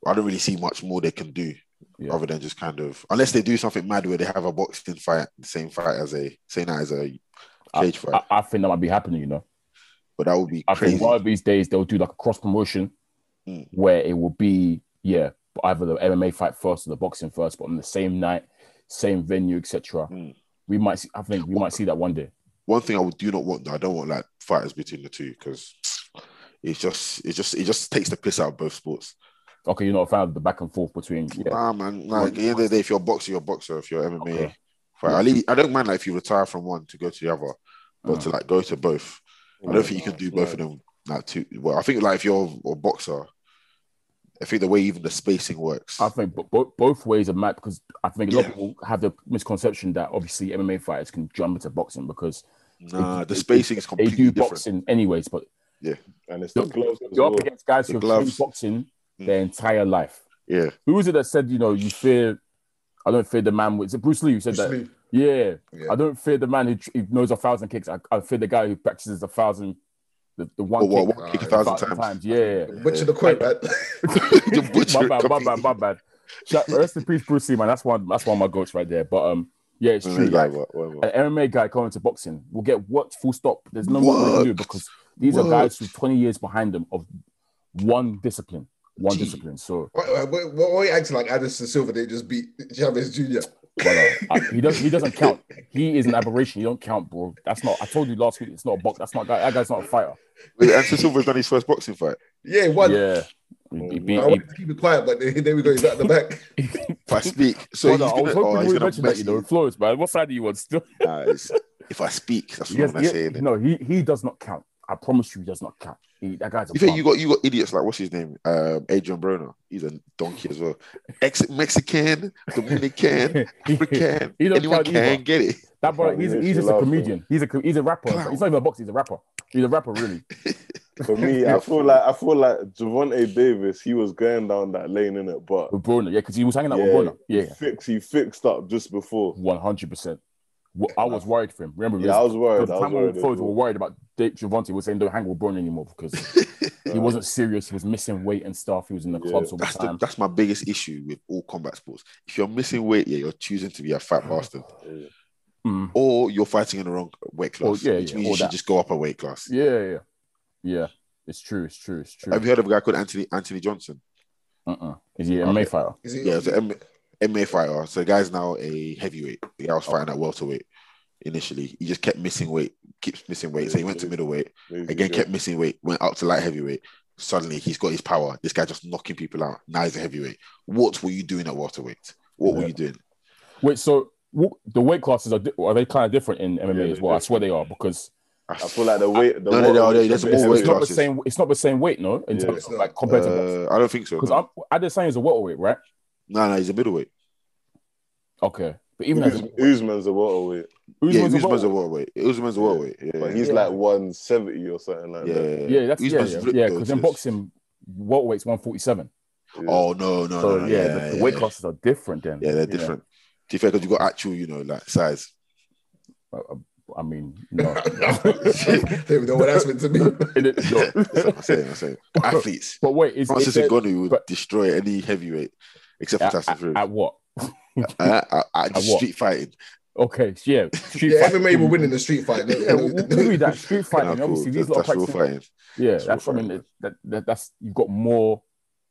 I don't really see much more they can do.
Yeah.
Other than just kind of, unless they do something mad where they have a boxing fight, the same fight as a same night as a cage fight,
I, I think that might be happening, you know.
but that would be
I
crazy.
think one of these days they'll do like a cross promotion
Mm.
where it will be, yeah, either the MMA fight first or the boxing first, but on the same night, same venue, etc.
Mm.
We might see, I think we might see that one day.
one thing I would do not want. though, I don't want like fighters between the two because it's just it just it just takes the piss out of both sports.
Okay, you're not a fan of the back and forth between yeah.
Nah, man. Like at the end of the day, if you're a boxer, you're a boxer. If you're MMA,
Okay.
fighter, at least- I don't mind like if you retire from one to go to the other, but
Mm.
to like go to both, I don't think you can do both of them. Like two. Well, I think like if you're a boxer, I think the way even the spacing works.
I think bo- bo- both ways are mad because I think a lot
Yeah.
of people have the misconception that obviously MMA fighters can jump into boxing because
nah,
they-
the
they-
spacing is
they
completely
do
different.
boxing anyways, but
And it's the gloves as
you're
well.
up against guys
The
who have trained
gloves.
boxing
Mm.
their entire life.
Yeah,
Who was it that said, you know, you fear, I don't fear the man with, is it Bruce Lee who said that?
Obviously,
Yeah.
Yeah.
I don't fear the man who, tr- who knows a thousand kicks. I, I fear the guy who practices a thousand, the, the one
or what,
kick
one kick a
uh,
a
thousand times. [laughs]
Yeah.
Butcher the quote, man. [laughs]
The
[laughs] my
butcher
bad, my
completely.
bad, my bad. Shout- Rest in peace, Bruce Lee, man. That's one, that's one of my goats right there. But um, yeah, it's true.
MMA guy,
like,
whatever.
an MMA guy going to boxing will get worked full stop. There's no more they can do
Worked.
because these are
Worked.
guys with 20 years behind them of one discipline, one
Gee.
discipline. So
Why why- why are you acting like Addison Silver? They just beat Chavez Jr.
brother, I, he does he doesn't count. He is an aberration. You don't count, bro. That's not. I told you last week. It's not a box. That's not. a guy- That guy's not a fighter.
Wait, Anderson Silva's done his first boxing fight.
Yeah, one.
Yeah. He, he beat-
I
he-
wanted to keep it quiet, but there we go. He's at
[laughs]
the back.
If I speak, so he's
brother, I
gonna,
was
oh,
hoping
he's
you would
gonna
mention that. You know,
mess
Flores, man. What side do you on? Still,
Nah, it's- if I speak, that's
He
what I'm
has-
gonna
he-
say. innit?
no, he he does not count. I promise you, he does not count. He, that guy's a
You think
bum.
you got you got idiots like what's his name, um, Adrian Broner. He's a donkey as well. Ex Mexican,
[laughs]
Dominican, African.
He don't
Anyone
count
can
either.
get it.
That brother, he's, he's just a comedian. He's a co- he's a rapper.
Clown.
He's not even a boxer. He's a rapper. He's a rapper,
[laughs]
really.
For me, I feel like I feel like Javante Davis. He was going down that lane in it, but
With Broner, yeah, because he was hanging out
Yeah.
with Broner.
he
Yeah,
fixed he fixed up just before.
one hundred percent. I was worried for him. Remember,
Yeah, I was worried. I
Because
was
Tamil
worried. as
Foles were
well.
worried about Dick Javante was saying don't hang with Broner anymore
[laughs]
because he wasn't serious. He was missing weight and stuff. He was in the
Yeah.
clubs all the
That's the,
time.
that's my biggest issue with all combat sports. If you're missing weight, yeah, you're choosing to be a fat bastard,
Mm.
or you're fighting in the wrong weight
Or-
class,
yeah,
which
yeah,
means
or
you should
that.
just go up a weight class.
Yeah, yeah, yeah, yeah. It's true. It's true. It's true.
Have you heard of a guy called Anthony Anthony Johnson?
Uh-uh. Is he an MMA fighter?
Is he, [laughs]
Yeah, it was an M- MMA fighter. So the guy's now a heavyweight. The guy
Oh.
was fighting at welterweight initially. He just kept missing weight, keeps missing weight. So he went to middleweight
Maybe
again,
you're-
kept missing weight, went up to light heavyweight. Suddenly he's got his power. This guy just knocking people out. Now he's a heavyweight. What were you doing at welterweight? What were
Yeah.
you doing?
Wait, so w- the weight classes are di- are they kind of different in MMA
Yeah,
as well?
they're
I swear they are because
I feel like the weight. The
No, no, no,
water-
no,
it's,
there's more weight
it's not the
classes.
same. It's not the same weight, no, in
Yeah.
terms
It's
of
not.
like compared to boxing.
Uh, I don't think so.
Because
no.
I'm I did saying it's a welterweight, right?
No, no, he's a middleweight.
Okay, but even as
Us- Usman's a waterweight,
yeah,
Usman's a
Usman's a
welterweight.
welterweight. Usman's a
Yeah.
welterweight. Yeah,
but he's
Yeah.
like one seventy or something like
yeah,
that.
yeah, that's yeah,
Usman's
yeah,
flipped
yeah.
though,
Because
so
in
it's-
boxing, welterweight's one forty seven.
Yeah.
Oh no, no,
So
no, no,
yeah,
yeah,
the, the
yeah,
weight
yeah.
classes are different then.
Yeah, they're different. To be fair, because you got actual, you know, like size.
I mean,
[laughs]
no.
they know what that's meant
[laughs]
to mean.
In it-
Yeah,
no.
[laughs] that's what I'm saying.
[laughs]
I'm saying athletes.
But wait, is, is
Francis
there-
Ngannou would
but-
destroy any heavyweight except for
at,
Tyson
at-
Fury.
at what?
Uh, At at just
what?
street fighting.
Okay,
[laughs]
yeah. Street
Yeah,
fight.
MMA will win in the street fight.
Yeah, we'll, we'll do that street
Nah,
fighting.
cool.
Obviously, these
That's-
lot are
that's real
practicing.
fighting.
Yeah,
That's
that's. I
real
mean, that, that, that's you've got more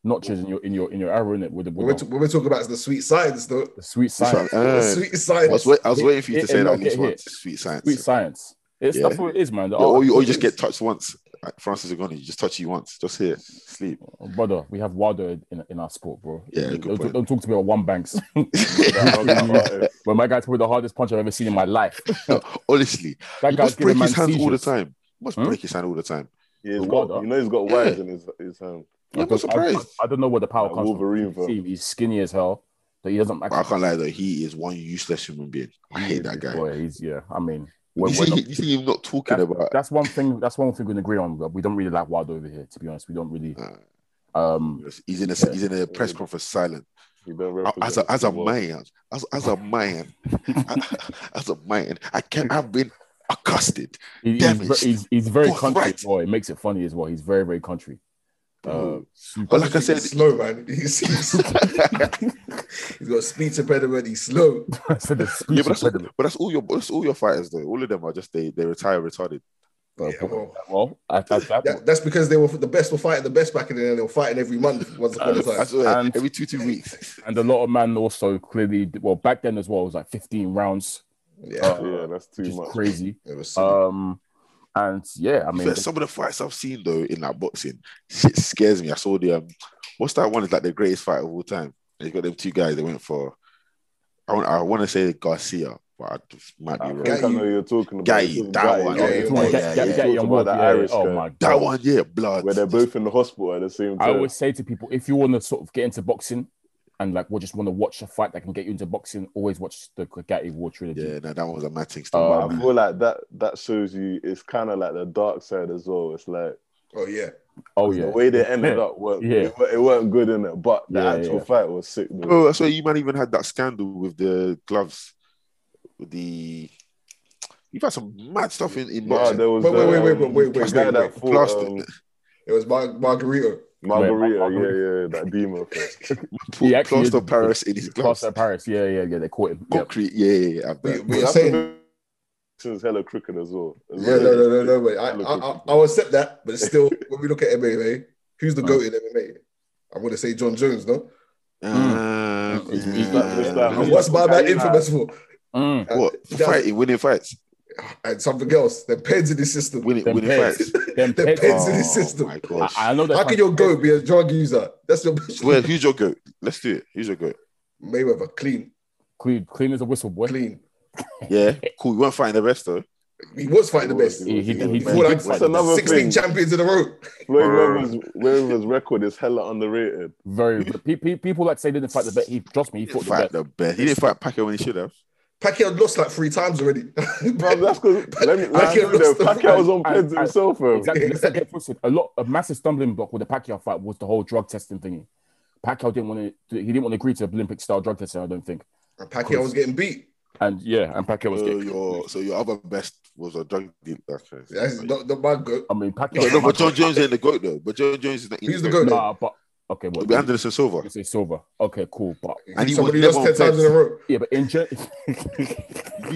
notches in your in your in your arrow in it with the, with
When we're,
the,
t- when we're talking about the sweet science, though.
the sweet
Sweet
science.
science. Uh,
the sweet
I
science.
was wait- I was waiting for you to
It-
say
it
that
might
at least
get hit.
once. Sweet science.
Sweet science. It's
Yeah.
that's what it is, man. The
Yeah, or,
art-
you, or you just get touched once. Like Francis Ngannou, you just touch you once. Just here, sleep.
Oh, brother, we have Wilder in, in our sport, bro.
Yeah, good
don't,
point.
don't talk to me about one
[laughs]
banks.
Yeah.
but my guy's probably the hardest punch I've ever seen in my life.
[laughs] Honestly,
[laughs] That
he
guy's
must break
giving man
his hands all the
seizures.
time. He must
Hmm?
break his hand all the time.
Yeah, he's
Wilder.
got, you know, he's got wires in his his hand.
Yeah, I'm
Because I- I-
surprised.
I, don't know what the power
Like
comes
Wolverine,
from.
bro.
See, he's skinny as hell, so he doesn't.
But I can't lie though, he is one useless human being. I hate that guy.
Boy, he's yeah. I mean,
You
we're- we're
see,
not-
you see him not talking
that's,
about.
that's one thing. That's one thing we can agree on. but We don't really like Wilder over here, to be honest. We don't really.
Uh,
Um,
He's in a
Yeah.
he's in a press conference silent.
He don't
Uh, As a as a
represent the
man, as, as a
[laughs]
man, as a man, I can I've been accosted.
he-
Damn
he's,
it.
ve- he's he's very
Forthright.
country. as well. It makes it funny as well. He's very very country. Uh,
Bro.
super-
But
[laughs]
like I
He's
said,
slow, man. [laughs] He's, he's,
[laughs]
he's got speech impediment. He's
[laughs]
slow.
I said the speech
yeah, but that's, all,
impediment.
but that's all your that's all your fighters though. All of them are just they they retire retarded.
Bro,
Yeah, well,
well, I, I, that,
that, that's because they were the best. Were fighting the best back in the day. They were fighting every month. Once upon a
[laughs]
time.
Uh, That's all, yeah,
and-
every two two weeks.
and a lot of man also clearly. Well, back then as well, it was like fifteen rounds,
Yeah,
uh,
war. Yeah, that's too
which is
much.
crazy.
it was silly.
Um, and yeah, I
I
mean,
some of the fights I've seen though in that boxing shit scares me. I saw the um, what's that one? Is like the greatest fight of all time. They got them two guys. They went for. I want, I want to say Garcia, but I just might
I
be
think
wrong.
I
Gaethje.
know who you're talking about.
Gaethje,
You're talking
that
about
one.
Gaethje.
Yeah, yeah,
You're talking
Get-
about-
yeah,
get-
yeah.
get young
you're talking about
Wolf,
the
yeah,
Irish
Oh
guy.
my god.
That one, yeah, blood.
Where they're both in the hospital at the same
I
time.
always say to people, if you want to sort of get into boxing and like, we just want to watch a fight that can get you into boxing, always watch the Gatti War trilogy.
Yeah, no, that one was a mad thing.
Uh,
I feel like that that shows you it's kind of like the dark side as well. It's like
oh yeah,
Oh
the
yeah,
way they
[laughs]
ended up weren't
Yeah.
it, wa- it weren't good in it, but the
Yeah,
actual
yeah.
fight was sick. Though.
oh, that's why you man even had that scandal with the gloves. With the you've had some mad stuff in in
Nah,
boxing.
there was
Wait, wait,
the,
wait, wait,
um,
wait, wait, wait,
the guy
wait,
that
wait.
fought,
Plaster.
um,
it was Mar- Margarito.
Margarita,
Mar-
yeah, yeah, that
[laughs]
demon. fight.
Put
he actually
plaster
is-
Paris in his gloves.
Plaster Paris. Yeah, yeah, yeah. They caught him. Yep.
Concrete, yeah, yeah, yeah. I've
But,
heard.
but
But
you're
that's
saying,
[laughs] the thing, it's hella crooked as well. As
yeah,
well.
no, no, no, no. Wait, I,
Hella
I, I,
crooked.
I'll accept that, but still, when we look at MMA, who's the
Mm.
goat in MMA? I'm gonna say John Jones, no?
Ah,
It's-
man.
it's like-
it's
Uh,
like-
And what's my man
Yeah.
infamous for?
Mm.
Uh,
What
that's-
fighting, winning fights,
And something else. The pens in the system.
winning,
Them
winning
pairs.
fights.
[laughs]
Them
The
pets-
pens in the
Oh,
system.
my
I,
gosh.
I know that.
How can your goat be a drug user? That's your best.
Well, who's your goat? Let's do it. Who's your goat?
Mayweather, clean,
clean, clean as a whistle, boy.
clean.
Yeah, cool. We weren't fighting the rest though.
He was fighting the best.
He, he, he, he, he
Before
did
that-
That's
fight the best.
another
16
thing.
champions in a row.
Floyd Mayweather's, Mayweather's record is hella underrated.
Very. but pe- pe- People like say they didn't fight the best. He trust me. He
He didn't
fought the best.
fight the best. He didn't fight Pacquiao when he should have.
Pacquiao lost like three times already.
Bro,
[laughs]
that's because let me let's
Pacquiao
do
lost
that.
the
Pacquiao was on
fight.
pins
I- I-
himself, bro.
Exactly. Let's not get twisted. A lot, a massive stumbling block with the Pacquiao fight was the whole drug testing thingy. Pacquiao didn't want to. He didn't want to agree to Olympic style drug testing. I don't think.
And Pacquiao was getting beat.
And yeah, and Pacquiao was
So
getting.
your, so your other best was a drug dealer. Okay.
That's not, not my goat.
I mean, Pacquiao.
But no, but John Jones ain't the goat though. But John Jones is not.
Who's the goat?
Nah, but Okay, what?
It'll be Anderson Silva.
you say silver. Okay, cool. But
And he
Somebody
was
lost
never
ten
on
times in a
players.
row.
yeah, but in gen- [laughs]
Be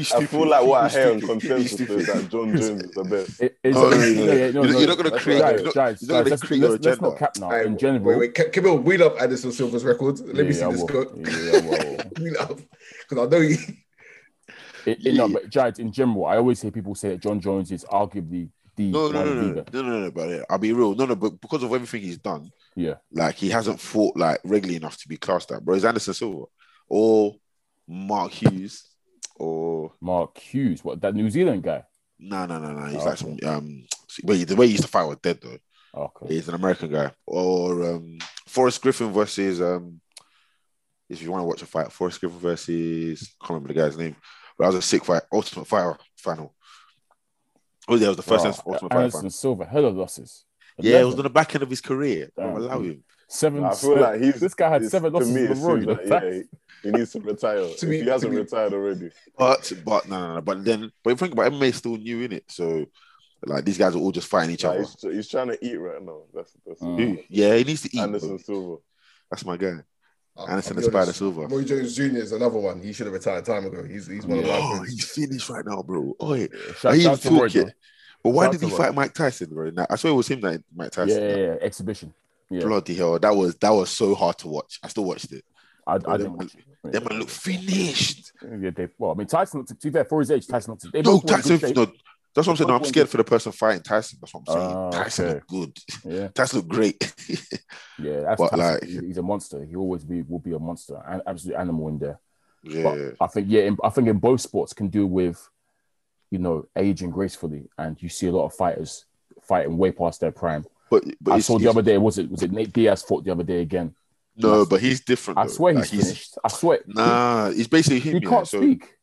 I
stupid.
feel like what I
Be
hear on
stupid. Be
consensus
stupid.
is that John Jones is the best.
it- it's-
Oh, no, no,
yeah,
no.
yeah, no,
You're-
no,
you're not gonna
that's-
create-
guys,
you're not-
guys,
you're not gonna
guys,
create
let's-
your
let's- let's not
agenda.
cap now.
All right,
In general,
wait, wait, Ca- Camille, wheel up Addison Silver's records. Let me
Yeah,
see
I
this
will.
go.
[laughs]
[laughs]
Yeah, I
[laughs]
will.
Wheel up, because I know he.
It, it- No, but Jared, in general, I always hear people say that John Jones is arguably the
No,
one
no, no, no, no,
leader.
no, no, no, but yeah, I'll be real. No, no, but because of everything he's done,
Yeah.
like he hasn't fought like regularly enough to be classed that. Bro, it's Anderson Silva or Mark Hughes or
Mark Hughes, what that New Zealand guy?
no, no, no, no. He's
Oh,
like some um. Wait, the way he used to fight was dead though.
Okay.
He's an American guy. Or um, Forrest Griffin versus um, if you want to watch a fight, Forrest Griffin versus I can't remember the guy's name, but that was a sick fight, Ultimate Fighter final. Oh, yeah, it was the first
Wow.
time Ultimate Fighter
Anderson
final.
Silva, hella losses.
Yeah, it was
Eleven.
on
Oh.
the back end of his career. Don't
Damn.
allow him.
seven.
I feel like he's
this guy had
it's-
seven
to
losses
me,
in a
it
row.
seems
you know,
like,
facts.
yeah, he, he needs to retire.
[laughs]
To me-
if he
to
hasn't
me-
retired already,
But but no, no, no. But then, but think about it, MMA is still new in it, so like these guys are all just fighting each
like,
other.
he's, tr- he's trying to eat right now. That's that's
Mm.
Who? Yeah, he needs to eat.
Anderson
bro.
Silva.
That's my guy,
I'll- oh,
Anderson
I'll be
the
honest,
Spider Silver.
Roy Jones Jr. is another one. He should have retired time ago. He's he's one
Yeah.
of
Oh,
my
he's finished right now, bro. Oh, yeah.
Shout,
He
shout
was
to Roy,
talking.
though.
but why
Shout
did
to
he
Roy.
fight Mike Tyson, bro? Nah, I swear it was him that Mike
Yeah,
Tyson.
yeah, yeah, exhibition. yeah.
Bloody hell, that was that was so hard to watch. I still watched it.
I, I
Bro,
didn't
them,
watch. it.
man- them man look finished.
Yeah, they, well, I mean, Tyson looked to be fair for his age. Tyson looked. They
No,
both were in
Tyson.
good shape.
No, that's what I'm saying. No, I'm
Both were in
scared for the person fighting Tyson. That's what I'm saying.
Ah,
Tyson
okay.
looked good. [laughs]
Yeah,
Tyson looked great. [laughs]
yeah. That's
But,
Tyson.
like-
He's- he's a monster. He always be will be a monster, an absolute animal in there.
yeah.
But I think yeah, in, I think in both sports can do with, you know, aging gracefully, and you see a lot of fighters fighting way past their prime.
But, but
I
it's-
saw the
it's-
other day. Was it was it Nate Diaz fought the other day again?
no, but he's different.
I
though.
swear
Like,
he's, finished. I swear.
Nah, he's basically
he,
him. yeah.
can't
So-
speak.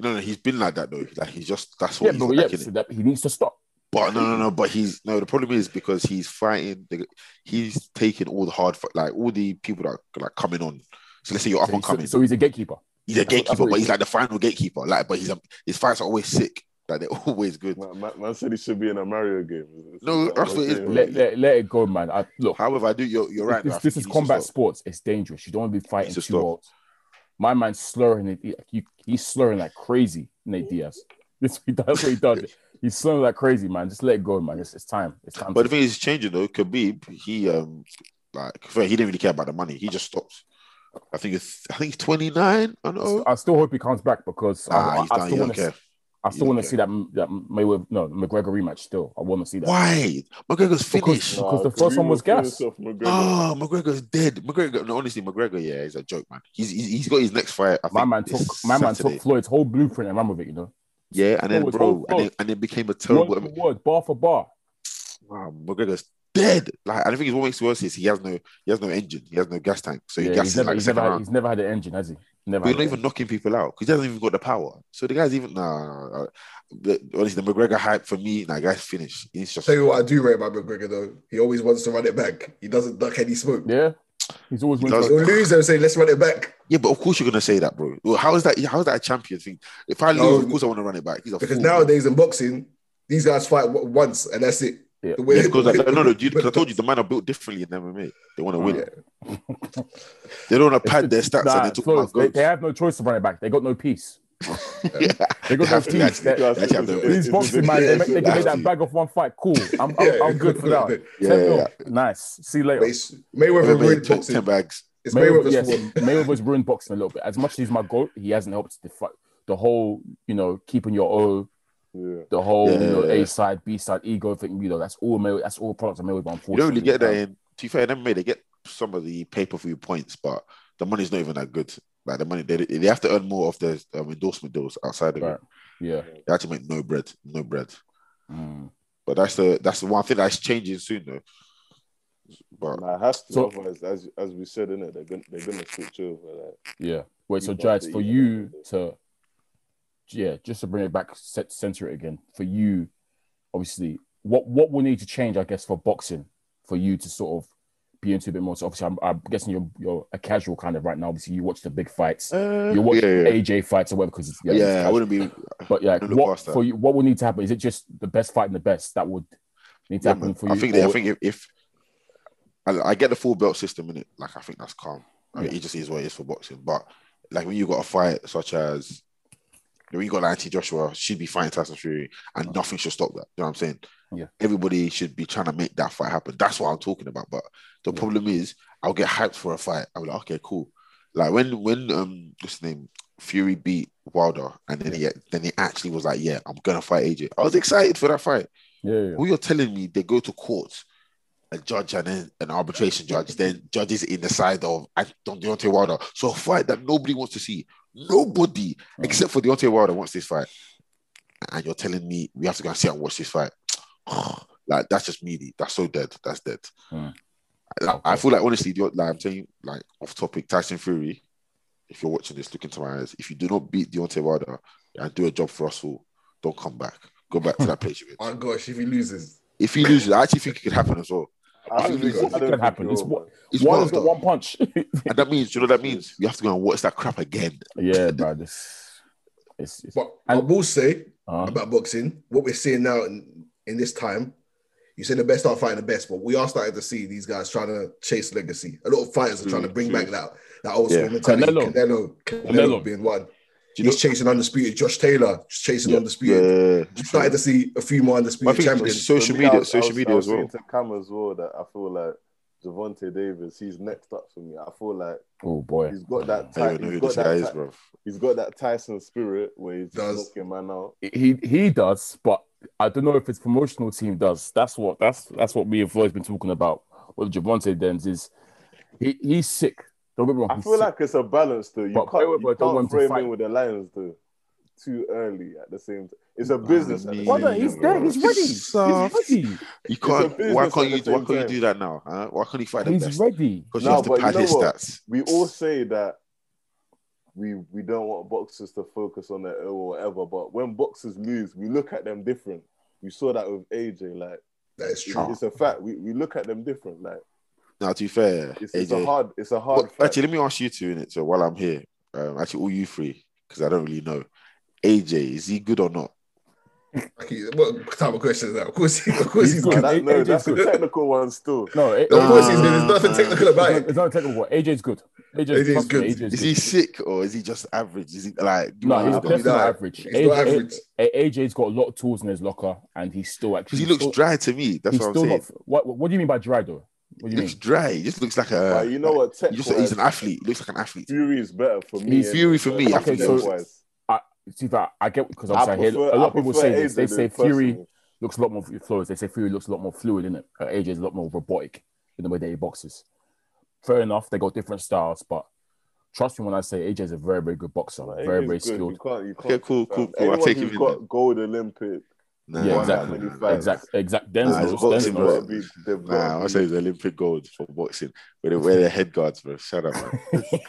No, no, he's been like that though. Like he's just that's
Yeah,
what
but
he's
yeah,
like. innit?
so that he needs to stop.
But no, no, no. But he's no. The problem is because he's fighting. The, he's taking all the hard, fi- like all the people that are like coming on. So let's say you're up
So
and
he's,
coming.
so he's a gatekeeper.
he's a
that's what- that's
gatekeeper,
what
but
he-
he's like the final gatekeeper. Like, but he's a, his fights are always sick. Like they're [laughs] always good.
Man, man, man said he should be in a Mario game. This
No,
is
that's what it is,
I'm
bro.
saying.
Let, let, let it go, man. I, look,
However, I do. You're, you're right.
this,
though. I
this is
think he needs to
combat
stop.
sports. It's dangerous. You don't want to be fighting
to
two
stop.
olds. My man's slurring it. He, he- he's slurring like crazy, Nate Diaz. [laughs] This he does what he does. He's slurring like crazy, man. Just let it go, man. It's, it's time. It's time.
But
to-
the thing is, it's changing though. Khabib, he um, like he didn't really care about the money. He just stopped. I think it's I think he's 29. I know.
I still hope he comes back because I-
uh, Ah,
I,
he's
I
done.
still
He
want
don't
to.
care.
I
He
still
don't
want to
care.
see that that Mayweather no McGregor rematch. Still, I want to see that.
Why? McGregor's
Because-
finished.
because the
Khabib
first one was
kill
gas.
himself, McGregor.
Oh, McGregor's dead. McGregor, no, honestly, McGregor, yeah, he's a joke, man. He's he's, he's got his next fight. I
My
think,
man took
this
my man
Saturday.
took Floyd's whole blueprint and ran with it. You know,
Yeah, and then
Floyd,
bro,
Floyd,
and then,
Floyd.
and then became a terrible.
word for word, bar for bar.
Wow, McGregor's dead. Like I don't think what makes it worse is he has no he has no engine. He has no gas tank, so he
Yeah,
gases
he's never,
like
he's,
second
never had,
round.
he's never had an engine, has he? Never. Had
But you're not
an
even knocking people out because he hasn't even got the power. So the guy's even nah. The, honestly, the McGregor hype for me, nah, guy's finished. He's just
Tell you what I do rate about McGregor though. He always wants to run it back. He doesn't duck any smoke.
engine. Yeah, he's always
He
winning.
does-
He'll lose and say, "Let's run it back,"
yeah. But of course you're gonna say that, bro. Well, how is that? How is that a champion thing? If I lose,
No,
of course I want to run it back. He's a
because
fool, bro.
nowadays in boxing, these guys fight w- once and that's it.
Yeah.
The
Yeah,
way- [laughs]
because I, no, no, you,
but-
cause I told you the men are built differently in MMA. They want to win.
Yeah.
They don't want to pad their stats
Nah,
and they talk
Floyd,
about
they,
goats.
they have no choice to run it back. They got no peace. [laughs] They
They
got no
have to
peace.
actually-
They're-
Because
actually have
it's-
to-
it's-
These
it's-
boxing man, they,
it's-
make, they can make
that's
that
it.
bag off one fight. Cool, I'm, I'm,
Yeah,
I'm good for
[laughs]
that.
Yeah.
Yeah, yeah, yeah.
Nice. See you later.
But it's- Mayweather
Everybody
ruined
took
boxing.
10 bags.
It's
Mayweather,
Mayweather's
yes,
fault. [laughs]
Mayweather's ruined boxing a little bit. As much as he's my goat, he hasn't helped the fight, the whole, you know, keeping your O,
Yeah.
the whole, you know,
Yeah.
A side, B side, ego thing. You know, that's all. Mayweather, that's all products of Mayweather.
You don't
Unfortunately,
really get that in, to be fair, in MMA, they get some of the pay per view points, but the money's not even that good. Like the money, they, they have to earn more of their um, endorsement deals outside of
Right.
it.
Yeah.
They have to make no bread, no bread.
Mm.
But that's the that's the one thing that's changing soon, though. But
Nah, it has to,
So-
otherwise, as as we said in it, they're gonna they're gonna switch over. Like,
Yeah. Wait. So,
You've got
Jads,
to
for
eat
you
it.
to, yeah, just to bring it back, set, center it again. For you, obviously, what what will need to change, I guess, for boxing, for you to sort of be into a bit more. So, obviously, I'm, I'm guessing you're you're a casual kind of right now. Obviously, you watch the big fights.
uh,
You watch
yeah, yeah,
AJ fights or whatever because it's
yeah.
it's
yeah I
casual.
wouldn't be
But yeah,
Look
what
past that.
for you? What would need to happen? Is it just the best fighting the best that would need to
Yeah,
happen
man.
for you?
I think they, I
Or-
think if, if I, I get the full belt system in it. Like I think that's calm. I mean, it just is what it is for boxing. But like when you got a fight such as when you got like Auntie Joshua, she'd be fighting Tyson Fury, and nothing should stop that. You know what I'm saying?
Yeah.
Everybody should be trying to make that fight happen. That's what I'm talking about. But the problem is, I'll get hyped for a fight. I'm like, okay, cool. Like when when um what's his name Fury beat Wilder, and then he then he actually was like, yeah, I'm gonna fight AJ. I was excited for that fight.
Yeah, yeah.
Well, you're telling me they go to court, a judge and then an arbitration judge, then judges in the side of I don't Deontay Wilder. So a fight that nobody wants to see. Nobody
Mm.
except for Deontay Wilder wants this fight. And you're telling me we have to go and sit and watch this fight. [sighs] like that's just meaty. That's so dead. That's dead.
Mm.
Like, I feel like honestly, the- like I'm telling you, like off topic, Tyson Fury. If you're watching this, look into my eyes. If you do not beat Deontay Wilder and do a job for us all, don't come back. Go back to that place you're in.
My gosh, if he loses,
If he loses, I actually think it could happen as well.
I don't
Absolutely.
think- I don't
It
think
can happen.
you're
It's
wrong,
what
It's
one
wild,
has got
though.
one punch. [laughs]
And that means, you know what that means? You have to go and watch that crap again.
yeah, bro. This, it's, it's
but I
And-
will say
uh,
about boxing, what we're seeing now in, in this time, you say the best are fighting the best, but we are starting to see these guys trying to chase legacy. A lot of fighters are trying to bring back that that old
Mm, Yeah.
school mentality.
Canelo.
Canelo, Canelo,
Canelo.
being one.
Do you know-
He's chasing undisputed. Josh Taylor chasing
Yeah,
undisputed. You started to see a few more
But I
undisputed
think
champions.
For
social
me,
media,
I was- I
social
was-
media
I
as
was
well.
saying To come as well, that I feel like Javante Davis, he's next up for me. I feel like
oh boy.
he's got that.
I
Ty-
don't even know who
he's
this
got
guy
that.
is,
Ty-
bro.
he's got that Tyson spirit where he's
Does.
just knocking man out.
He he does, but I don't know if his promotional team does. That's what that's that's what me and Floyd's been talking about. What Javante Dems is he, he's sick. Don't get me wrong.
I
he's
feel
sick.
like it's a balance though. You
But
can't,
Mayweather
you
don't want him
can't
to
throw him
fight.
in with the lions though too early at the same time. It's a business. at the
Well,
same
Brother,
time,
he's
bro.
dead. He's ready. He's
Soft.
ready.
You
a
can't. Why
business
can't you?
at the
Why
same
can't you
time.
do that now? Huh? Why can't he fight the
He's
best?
ready.
Because
No,
you have to
but you
pad
know
his
what?
stats.
we all say that we we don't want boxers to focus on their ill or whatever, but when boxers lose, we look at them different. We saw that with AJ. Like
That is
it's,
true.
Oh.
it's a fact. We, we look at them different. Like
Now, to be fair,
it's, it's a
AJ.
hard it's a hard
Well,
fact.
actually, let me ask you two in it. So while I'm here, um, actually, all you three, because I don't really know. AJ, is he good or not?
Okay, What type of question is that? Of course, of course he's
good.
Nah,
good.
that- no,
AJ's
that's a
good.
technical one still.
No, it,
Of course he's
it's
good. There's nothing
Uh,
technical about
not,
it.
[laughs] it's not technical. but AJ's good. AJ's,
AJ's
trust me,
good.
AJ's
Is
good.
he sick or is he just average? Is he like
No, he's
Nah,
definitely
he's not.
not average.
He's
AJ,
not average.
AJ's got a lot of tools in his locker, and he's still actually.
because he looks
still,
dry to me. That's
he's
what I'm
still
saying.
not. What, what do you mean by dry though? What
He
do you
looks
mean?
dry. He just looks like a.
But you know
like,
what? Tech
he Uh, just- he's an athlete. He looks like an athlete.
Fury is better for me.
He's-
Fury for me,
Okay, so- See, that I get because I'm saying I hear a lot of people say this. They say Fury looks a lot more fluid. They say Fury looks a lot more fluid in it. Uh, AJ's a lot more robotic in the way that he boxes. Fair enough, they got different styles, but trust me when I say AJ's a very, very good boxer, very, very skilled.
You can't, you can't,
Okay, cool, cool, cool. I'll
Anyone
take
who's
him in
got gold Olympic
Nah,
Yeah,
nah,
exactly.
nah, nah, nah.
Five.
Exact, exact.
Nah,
Denzel,
it's boxing,
They've
Denzel.
bro.
gotta be- they've
Nah,
gotta
I'll say it's Olympic gold for boxing. Where they wear their head guards, bro. Shut
[laughs]
up, man.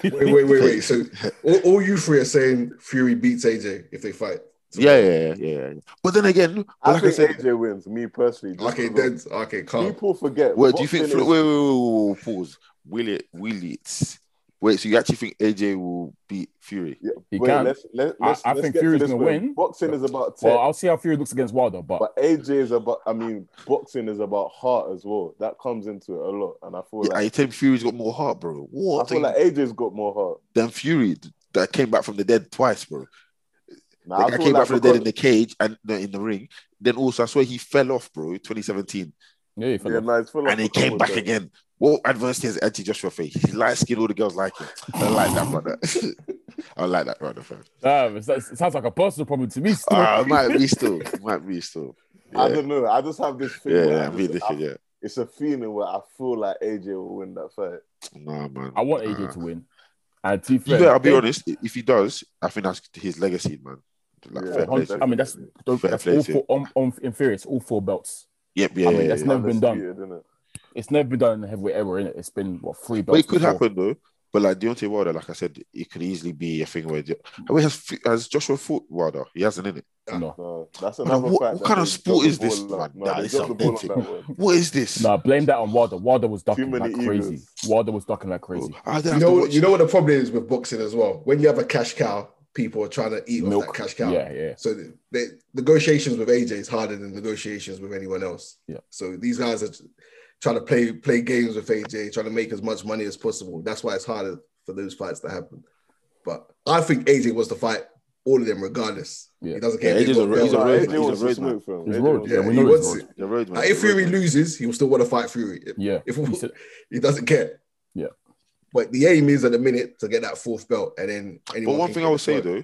Wait, wait, wait, wait. So all, all you three are saying Fury beats AJ if they fight.
yeah, yeah, yeah, yeah. But then again, but
I
like I
think
said,
AJ wins. Me personally, just
Okay,
because
then. Okay, calm.
people forget.
well, do you think? Wait,
boxing is-
wait, wait, wait, wait, pause. Will it? Will it? Wait, so you actually think AJ will beat Fury?
Yeah,
He
wait,
can.
let's, let,
I-
let's,
I
let's
think
get to
Fury's
this
gonna
one.
win.
Boxing is about tech,
Well, I'll see how Fury looks against Wilder, but,
but AJ is about. I mean, boxing is about heart as well. That comes into it a lot, and I feel
Yeah, I
like
tell you, Fury's got more heart, bro.
I,
What?
feel like AJ's got more heart.
than Fury that came back from the dead twice, bro.
Nah,
Like,
I
I,
feel
came
like
back from the dead in the
because-
cage and no, in the ring. Then also, I swear he fell off, bro. 2017,
yeah, he fell
Yeah,
off.
nah, it's full of
and he came back again. What adversity has anti Joshua faced? He's light skinned, all the girls like him. I like
[laughs]
that, brother. [laughs] I like that, brother. Fam.
Damn, it's- it sounds like a personal problem to me. Still.
Ah, it might be still, It might be still.
[laughs] I
Yeah,
don't know. I just have this feeling.
yeah,
where I
yeah, I mean,
just-
this
I-
shit, yeah.
It's a feeling where I feel like AJ will win that fight.
Nah, man.
[laughs] I want AJ
Nah.
to win. And to be
You
fair,
know, I'll be honest. If he does, I think that's his legacy, man. Like,
Yeah.
fair play. to
I
him.
mean, that's, that's
Fair play
all
to
four, on, on, in theory, it's all four belts.
Yep, yeah,
I mean,
yeah,
that's
yeah.
not- never been done.
Undisputed, innit?
It's never been done in the heavyweight era, innit? It's been, what, three belts?
But it could
before.
happen though. But like Deontay Wilder, like I said, it could easily be a thing where. De- I mean, has, has Joshua fought Wilder? He hasn't in it.
No.
No, that's
But
another
what-
fact
what
that
kind of
they
sport
dropped
is
the
this,
ball on-
man? Nah,
they
this
dropped the ball on
authentic.
that one.
What is this?
Nah, blame that on Wilder. Wilder was ducking
many
like crazy.
egos.
Wilder was ducking like crazy.
Oh, I don't
You
have
know,
to
what-
watch.
you know what the problem is with boxing as well. When you have a cash cow, people are trying to eat off
Milk.
that cash cow.
Yeah, yeah.
So the, the negotiations with AJ is harder than negotiations with anyone else.
Yeah.
So these guys are trying to play play games with AJ, trying to make as much money as possible. That's why it's harder for those fights to happen. But I think AJ was to fight all of them regardless.
Yeah.
He doesn't
Yeah,
care. if
AJ's
they
a
got
ro- he's a
belt.
Nah,
road-
AJ
he's a
wants to
road man.
smoke, fam.
He's
AJ
road,
wants-
yeah,
Yeah,
we
he
know he's
wants
road.
it.
The road man.
Like, if
the road
Fury
man.
loses, he will still want to fight Fury. If-
Yeah,
If
He
[laughs]
said-
[laughs] he doesn't care.
Yeah.
But the aim is at the minute to get that fourth belt, and then.
But
anyone
one
can
thing
get
I would
the
say
third.
though,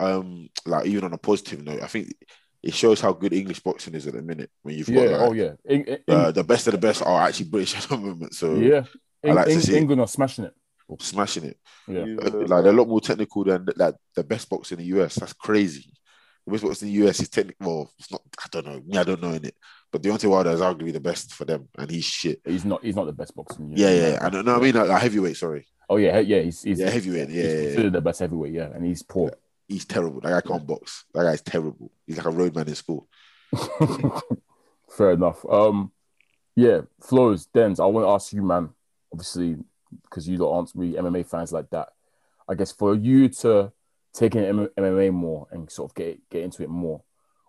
um, like even on a positive note, I think it shows how good English boxing is at the minute when you've
yeah,
got
oh
like,
yeah, Eng- Eng-
uh, the best of the best are actually British at the moment, so
yeah.
I
Eng-
like to
Eng-
see it.
England are smashing it.
smashing it.
Yeah.
He's,
Uh,
uh,
[laughs] Like they're a lot more technical than like the best boxer in the US. That's crazy. The best boxer in the US is technical. Well, it's not. I don't know. Me, I don't know in it. But Deontay Wilder is arguably the best for them, and he's shit.
He's not. He's not the best boxer. in the
Yeah,
universe.
yeah. I don't know. I mean, like, like heavyweight. Sorry,
Oh yeah, he- yeah. He's, he's
yeah, heavyweight. Yeah,
he's
yeah, yeah.
considered the best heavyweight. Yeah, and he's poor.
he's terrible. That guy can't box. That guy's terrible. He's like a roadman in school.
Fair enough. Um, yeah, flows. Dems, I want to ask you, man. Obviously, because you don't answer me, MMA fans like that. I guess for you to take in M- MMA more and sort of get get into it more,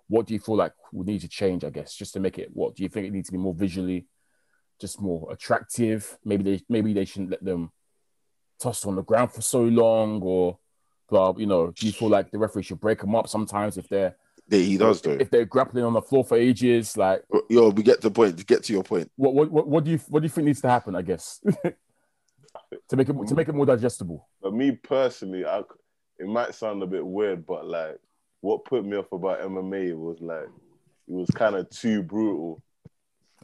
what do you feel like would need to change? I guess just to make it. What do you think it needs to be more visually, just more attractive? Maybe they maybe they shouldn't let them tossed on the ground for so long, or blah. You know, do you feel like the referee should break them up sometimes if they're
Yeah, he does though.
if they're grappling on the floor for ages, like
Yo, we get to the point. Get to your point.
what what what, what do you what do you think needs to happen? I guess [laughs] to make it to make it more digestible.
But me personally, I, it might sound a bit weird, but like what put me off about MMA was like it was kind of too brutal.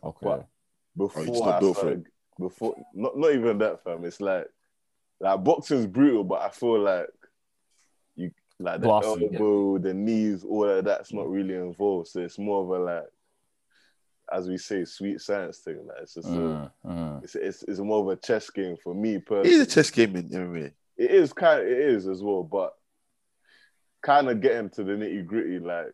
Okay.
But- Before
just not
I
built for
started- before not not even that fam. It's like like boxing's brutal, but I feel like you like the
Blasting, yeah.
elbow, the knees, all of that's not really involved. So it's more of a like as we say, sweet science thing. Like it's just a-
Mm, mm.
it's, it's it's more of a chess game for me personally.
It's a chess game in MMA.
it is kind of, it is as well, but kind of getting to the nitty gritty. Like,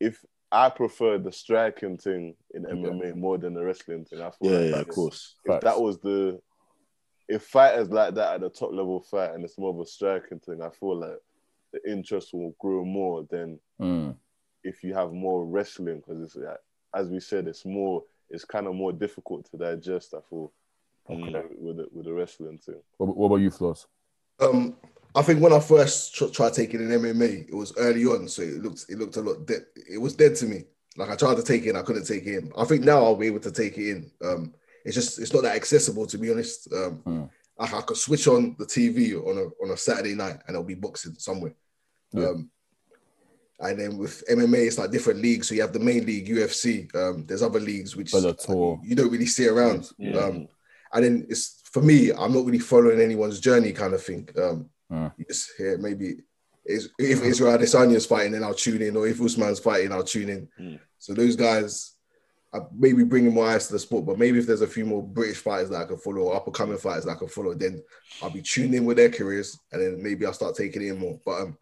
if I prefer the striking thing in MMA more than the wrestling thing, I feel
Yeah,
like
yeah, of
that's-
course.
If that was the if fighters like that at the top level fight and it's more of a striking thing, I feel like the interest will grow more than
Mm.
if you have more wrestling because it's like, as we said, it's more it's kind of more difficult to digest. I feel
Okay.
with the, with the wrestling thing.
What, what about you, Floss?
Um, I think when I first tr- tried taking an MMA, it was early on, so it looked it looked a lot dead. It was dead to me. Like I tried to take it, in, I couldn't take it in. I think now I'll be able to take it in. Um, it's just it's not that accessible to be honest. Um,
Mm.
like I could switch on the TV on a on a Saturday night and it'll be boxing somewhere.
Yeah.
Um, and then with MMA, it's like different leagues. So you have the main league, UFC. Um, there's other leagues which
Bellator.
you don't really see around.
Yeah.
Um, and then it's for me, I'm not really following anyone's journey kind of thing. Um,
Mm.
you just hear maybe is if Israel Adesanya's fighting, then I'll tune in, or if Usman's fighting, I'll tune in.
Mm.
So those guys are maybe bringing more eyes to the sport, but maybe if there's a few more British fighters that I can follow, or up and coming fighters that I can follow, then I'll be tuned in with their careers, and then maybe I'll start taking in more. But um,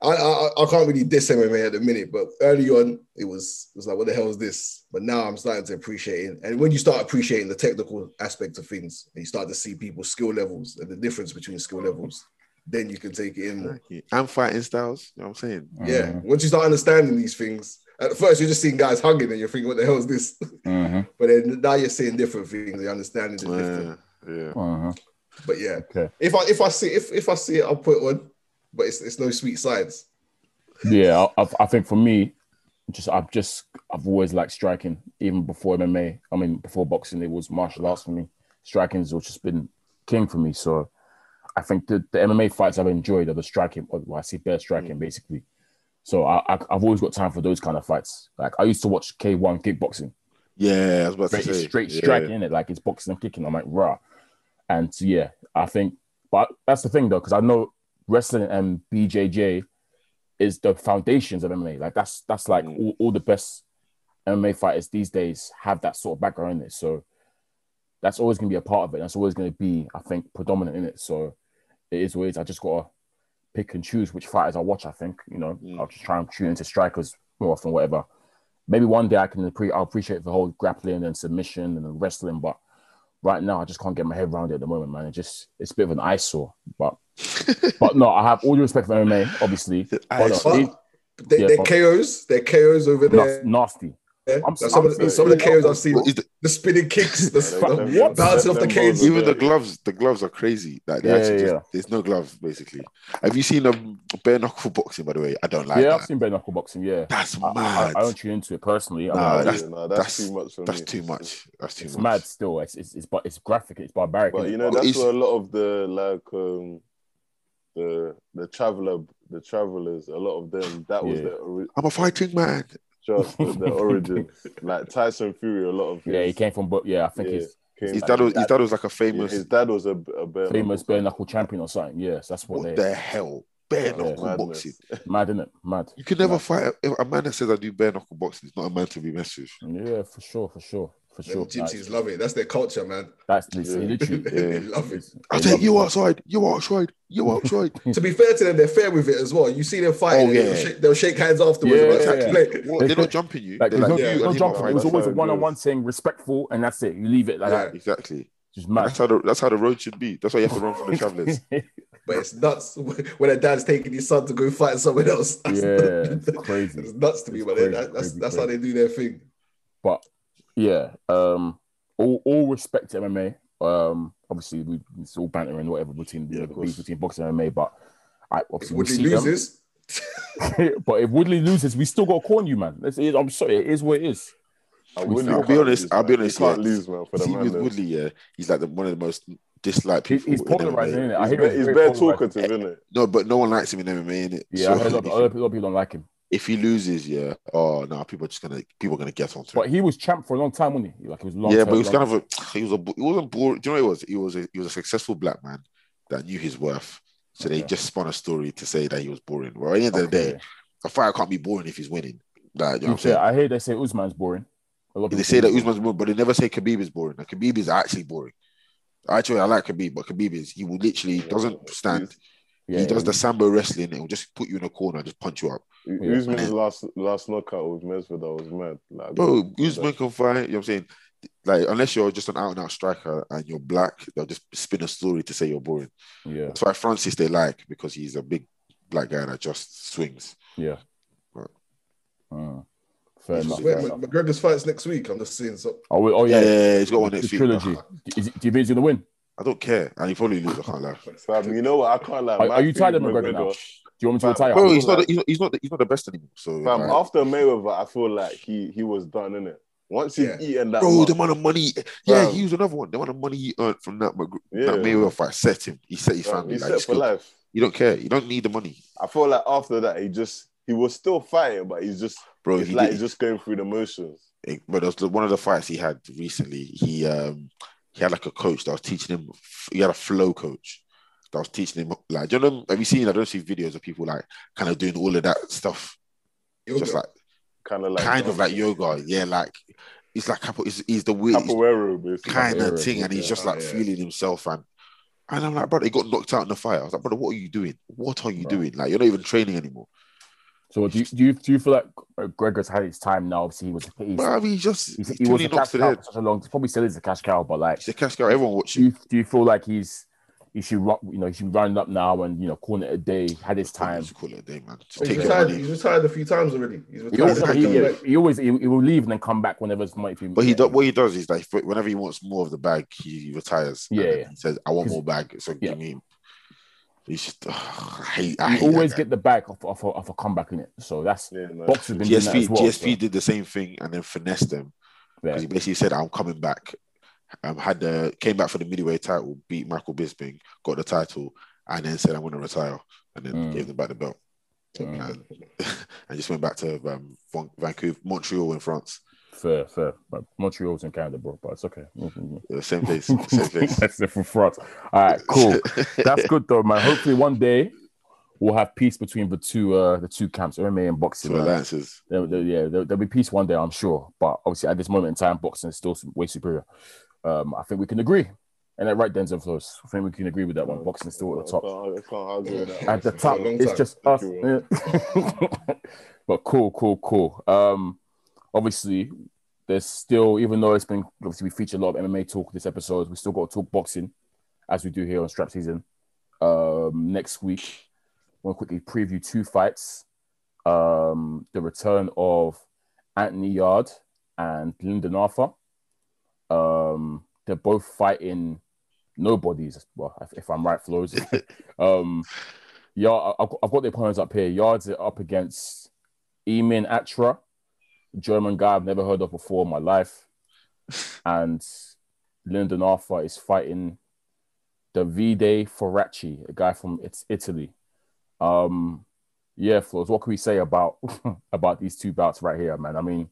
I, I I can't really diss MMA at the minute, but early on it was it was like, what the hell is this? But now I'm starting to appreciate it, and when you start appreciating the technical aspect of things, and you start to see people's skill levels and the difference between skill levels, then you can take it in more.
And fighting styles. You know what I'm saying?
Yeah, once you start understanding these things, at first you're just seeing guys hugging, and you're thinking, what the hell is this?
Mhm,
But then now you're seeing different things, you're understanding the different.
Yeah, yeah.
mhm.
But yeah,
Okay.
if I if I see if if I see it, I'll put it on. But it's it's no sweet science.
Yeah, I, I- I think for me, just I've just I've always liked striking, even before MMA. I mean, before boxing, it was martial arts for me. Striking's always just been king for me. So I think the, the MMA fights I've enjoyed are the striking. Well, I see bare striking basically. So I, I I've always got time for those kind of fights. Like I used to watch K1 kickboxing.
Yeah, I was about to
straight,
say.
it's straight
yeah.
striking in it, like it's boxing and kicking. I'm like raw, and so, yeah, I think. But that's the thing though, because I know wrestling and BJJ is the foundations of MMA. Like that's that's like
Mm.
all, all the best MMA fighters these days have that sort of background in it. So that's always gonna be a part of it. That's always gonna be, I think, predominant in it. So it is what it is. I just gotta pick and choose which fighters I watch. I think you know
Mm.
I'll just try and tune into strikers more often, whatever. Maybe one day I can appre- I'll appreciate the whole grappling and submission and the wrestling, but right now I just can't get my head around it at the moment, man. It just it's a bit of an eyesore, but but no, I have all the respect for MMA, obviously.
The
Hold
eyes-
on.
But they,
Yeah,
they're
but-
KOs, they're KOs over
Nas-
there.
nasty.
Like,
I'm-
some,
I'm
of the, some of the KOs I've seen,
But is the-
the spinning kicks, the
Yeah, them-
stuff, bouncing off the
them
cage.
balls are
even the
there.
gloves, the gloves are crazy. Like they
Yeah,
actually
yeah,
just,
yeah.
there's no gloves basically. Have you seen um, bare knuckle boxing? By the way, I don't like
yeah, I've
that.
seen bare knuckle boxing. Yeah,
That's
I, I,
mad.
I don't tune into it personally. I
Nah,
mean,
Yeah,
that's-
no,
that's-
that's too much for
that's
me.
too much. That's too
it's
much.
mad still. It's it's, it's but it's graphic. It's barbaric.
But
isn't
you
it?
know,
Well,
that's
it's-
where a lot of the like um the the traveler the travelers, a lot of them that was
Yeah.
their ori-
I'm a fighting man.
[laughs]
just their origin. Like Tyson Fury, a lot of his,
yeah, he came from, but yeah, I think
Yeah,
he's
came-
His dad was, his dad was like a
yeah,
famous.
his dad was a, a bare
famous
knuckle
bare knuckle champion or something. Yes, that's what
what
they
the hell? Bare
fighter.
knuckle
Madness.
boxing.
mad in it. Mad.
You can never fight a, a man that says I do bare knuckle boxing. It's not a man to be messed with.
Yeah, for sure, for sure, for
Them
sure.
gypsies love it. That's their culture,
[laughs]
man.
That's literally,
Yeah.
literally
[laughs] they love
[laughs]
it.
I'll take you outside. You outside. You outside.
To be fair to them, they're fair with it as well. You see them fighting,
Oh,
they'll,
yeah.
shake, they'll shake hands afterwards.
Yeah,
about to
yeah.
play.
What? They're not jumping you.
like,
They're
there's no,
like,
yeah,
you
no
and him are
jump. It was
fighting.
that's
always
how
a
it
one-on-one
goes.
thing, respectful, and that's it. You leave it like
Yeah.
that.
Exactly.
Just
And
mad.
That's how the, that's how the road should be. That's why you have to
[laughs]
run from the travelers.
But it's nuts [laughs] when a dad's taking his son to go fight someone else. That's
yeah,
[laughs]
it's crazy.
it's nuts to me,
It's
but
crazy,
that, that's
crazy,
that's how they do their thing.
but yeah, um, all, all respect to MMA. Um, obviously we it's all banter and whatever between
Yeah,
the
of course.
beef between boxing and MMA, but I
If
obviously we
Woodley
see them.
loses,
[laughs] but if Woodley loses, we still got to corn you, man. It's, it, I'm sorry, it is what it is.
I
I'll
wouldn't-
be
you can't
honest-
lose,
I'll be
man. You
honest,
Can't
yeah.
lose, man. For the
See,
man,
with
though.
Woodley, yeah, he's like the, one of the most disliked
He's,
people.
he's
in
polarizing,
MMA.
isn't it? I
He's,
hear
very,
it.
he's
very
bare
polarizing.
talkative, isn't it?
No, but no one likes him in MMA, innit?
Yeah, I heard a lot,
so
of- a lot of people- a lot of people don't like him.
if he loses, yeah, oh no, people are just gonna people are gonna get on to him.
But he was champ for a long time, wasn't he? Like he was long.
yeah, but he was kind of a he was a he wasn't bored. Do you know what he was? He was a he was a successful black man that knew his worth. So they
Okay.
just spun a story to say that he was boring. Well, at the end of the day, a fighter can't be boring if he's winning. Like, you know what I'm saying?
I hear they say Usman's boring. A lot of
They
people
say that Usman's boring, but they never say Khabib is boring. Like, Khabib is actually boring. Actually, I like Khabib, but Khabib is he will literally
Yeah.
doesn't stand.
Yeah,
he
yeah,
does the sambo wrestling and will just put you in a corner, and just punch you up.
Yeah.
Usman's last last knockout with Mesvidal was mad. Like,
Bro, Usman can fight. You know what I'm saying? Like, unless you're just an out and out striker and you're black, they'll just spin a story to say you're boring.
yeah,
That's why Francis they like because he's a big black guy that just swings.
Mm. fair
He's
enough.
just
fair
Wait,
enough.
McGregor's fights next week. I'm just seeing so.
Oh, wait, oh
Yeah,
yeah,
yeah, yeah, he's got one
the
next week.
trilogy. Is it, do you think he's gonna win?
I don't care, and he probably lose. I can't lie.
Fam, you know what? I can't lie.
Are,
my
are you
thing
tired of
with
McGregor now? Do you want me to
Fam,
retire?
Bro,
feel
he's not,
like-
he's not. He's not. He's not the best anymore. So,
Fam,
like,
after Mayweather, I feel like he he was done in it. Once he's
Yeah.
eaten that,
bro,
much,
the amount of money. Yeah,
Fam.
he was another one. The amount of money he earned from that, McGr-
yeah,
that Mayweather fight set him. He set his
fam,
family.
he's
Like,
set
he's
for
good.
life.
you don't care. You don't need the money,
I feel like after that, he just he was still fighting, but he's just
bro.
it's
he
like
did-
he's just going through the motions.
it- but it was the- one of the fights he had recently. He um he had like a coach that was teaching him. He had a flow coach that was teaching him. Like, do you know? Have you seen? I don't see videos of people like kind of doing all of that stuff. Just like
Kind of like
kind of like yoga. Yeah, like it's like capo. It's, it's the weird it's
capoeira, basically.
kind of
Capoeira,
thing, and he's
yeah.
just
Oh,
like
yeah.
feeling himself and. And I'm like, brother, he got knocked out in the fight. I was like, brother, what are you doing? What are you
Right.
doing? Like, you're not even training anymore.
So do you, do you do you feel like McGregor's had his time now? Obviously, he was he's,
But I mean, he just
he's,
he's,
he was
totally
a
knocks
cash
to the
cow
head.
for such a long. Probably still is a cash cow, but like,
He's a cash cow. Everyone
do
watching.
you, do you feel like he's he should ru- you know he should round up now and you know call it a day? Had his time.
Just call it a day, man. Just
he's
take your
retired,
money.
he's retired a few times already. He's
He
retired.
always,
Yeah,
He's
he,
[laughs] coming
yeah,
back.
he always he, he will leave and then come back whenever it's might be.
But he does what he does is like for- whenever he wants more of the bag, he retires. and
Yeah,
then
yeah.
He says, "I want
He's-
more bag," so
yeah.
give me. him." He's just, ugh, I hate. I
You
hate
always
that guy.
get the back of, of, of a comeback in it. So that's
Yeah, no,
boxers been doing that
GSP.
as well.
GSP did the same thing and then finessed them
so, yeah.
because he basically said, "I'm coming back." Um, had the came back for the middleweight title, beat Michael Bisping, got the title, and then said, "I'm going to retire," and then
Mm.
gave them back the belt.
Mm.
And, [laughs] and just went back to um, Van- Vancouver, Montreal in France,
Fair, fair. But Montreal's in Canada, bro, but it's okay. [laughs]
the same place, same place.
That's it for France. All right, cool. That's good though, man. Hopefully one day we'll have peace between the two uh the two camps, MMA and boxing.
Some
man.
alliances.
There- there- yeah, there, will be peace one day, I'm sure. But obviously at this moment in time, boxing is still way superior. Um, I think we can agree. And that right, Denzel Flows. I think we can agree with that one. Boxing is still at the top.
I can't, I can't argue with that.
[laughs] at the
For a
top.
long
It's
time.
just us.
Thank you,
yeah. [laughs] but cool, cool, cool. Um, obviously, there's still, even though it's been obviously we feature a lot of MMA talk this episode, we still got to talk boxing as we do here on Strap Season. Um, next week, we'll quickly preview two fights. Um, the return of Anthony Yard and Lyndon Arthur. Um, they're both fighting nobodies. Well, if, if I'm right, flows.
[laughs]
um, yeah, I- I've, got- I've got the opponents up here. Yards are up against Emin Atra, German guy I've never heard of before in my life, and Lyndon Arthur is fighting Davide Ferracci, a guy from it's Italy. Um, yeah, Flores, what can we say about [laughs] about these two bouts right here, man? I mean,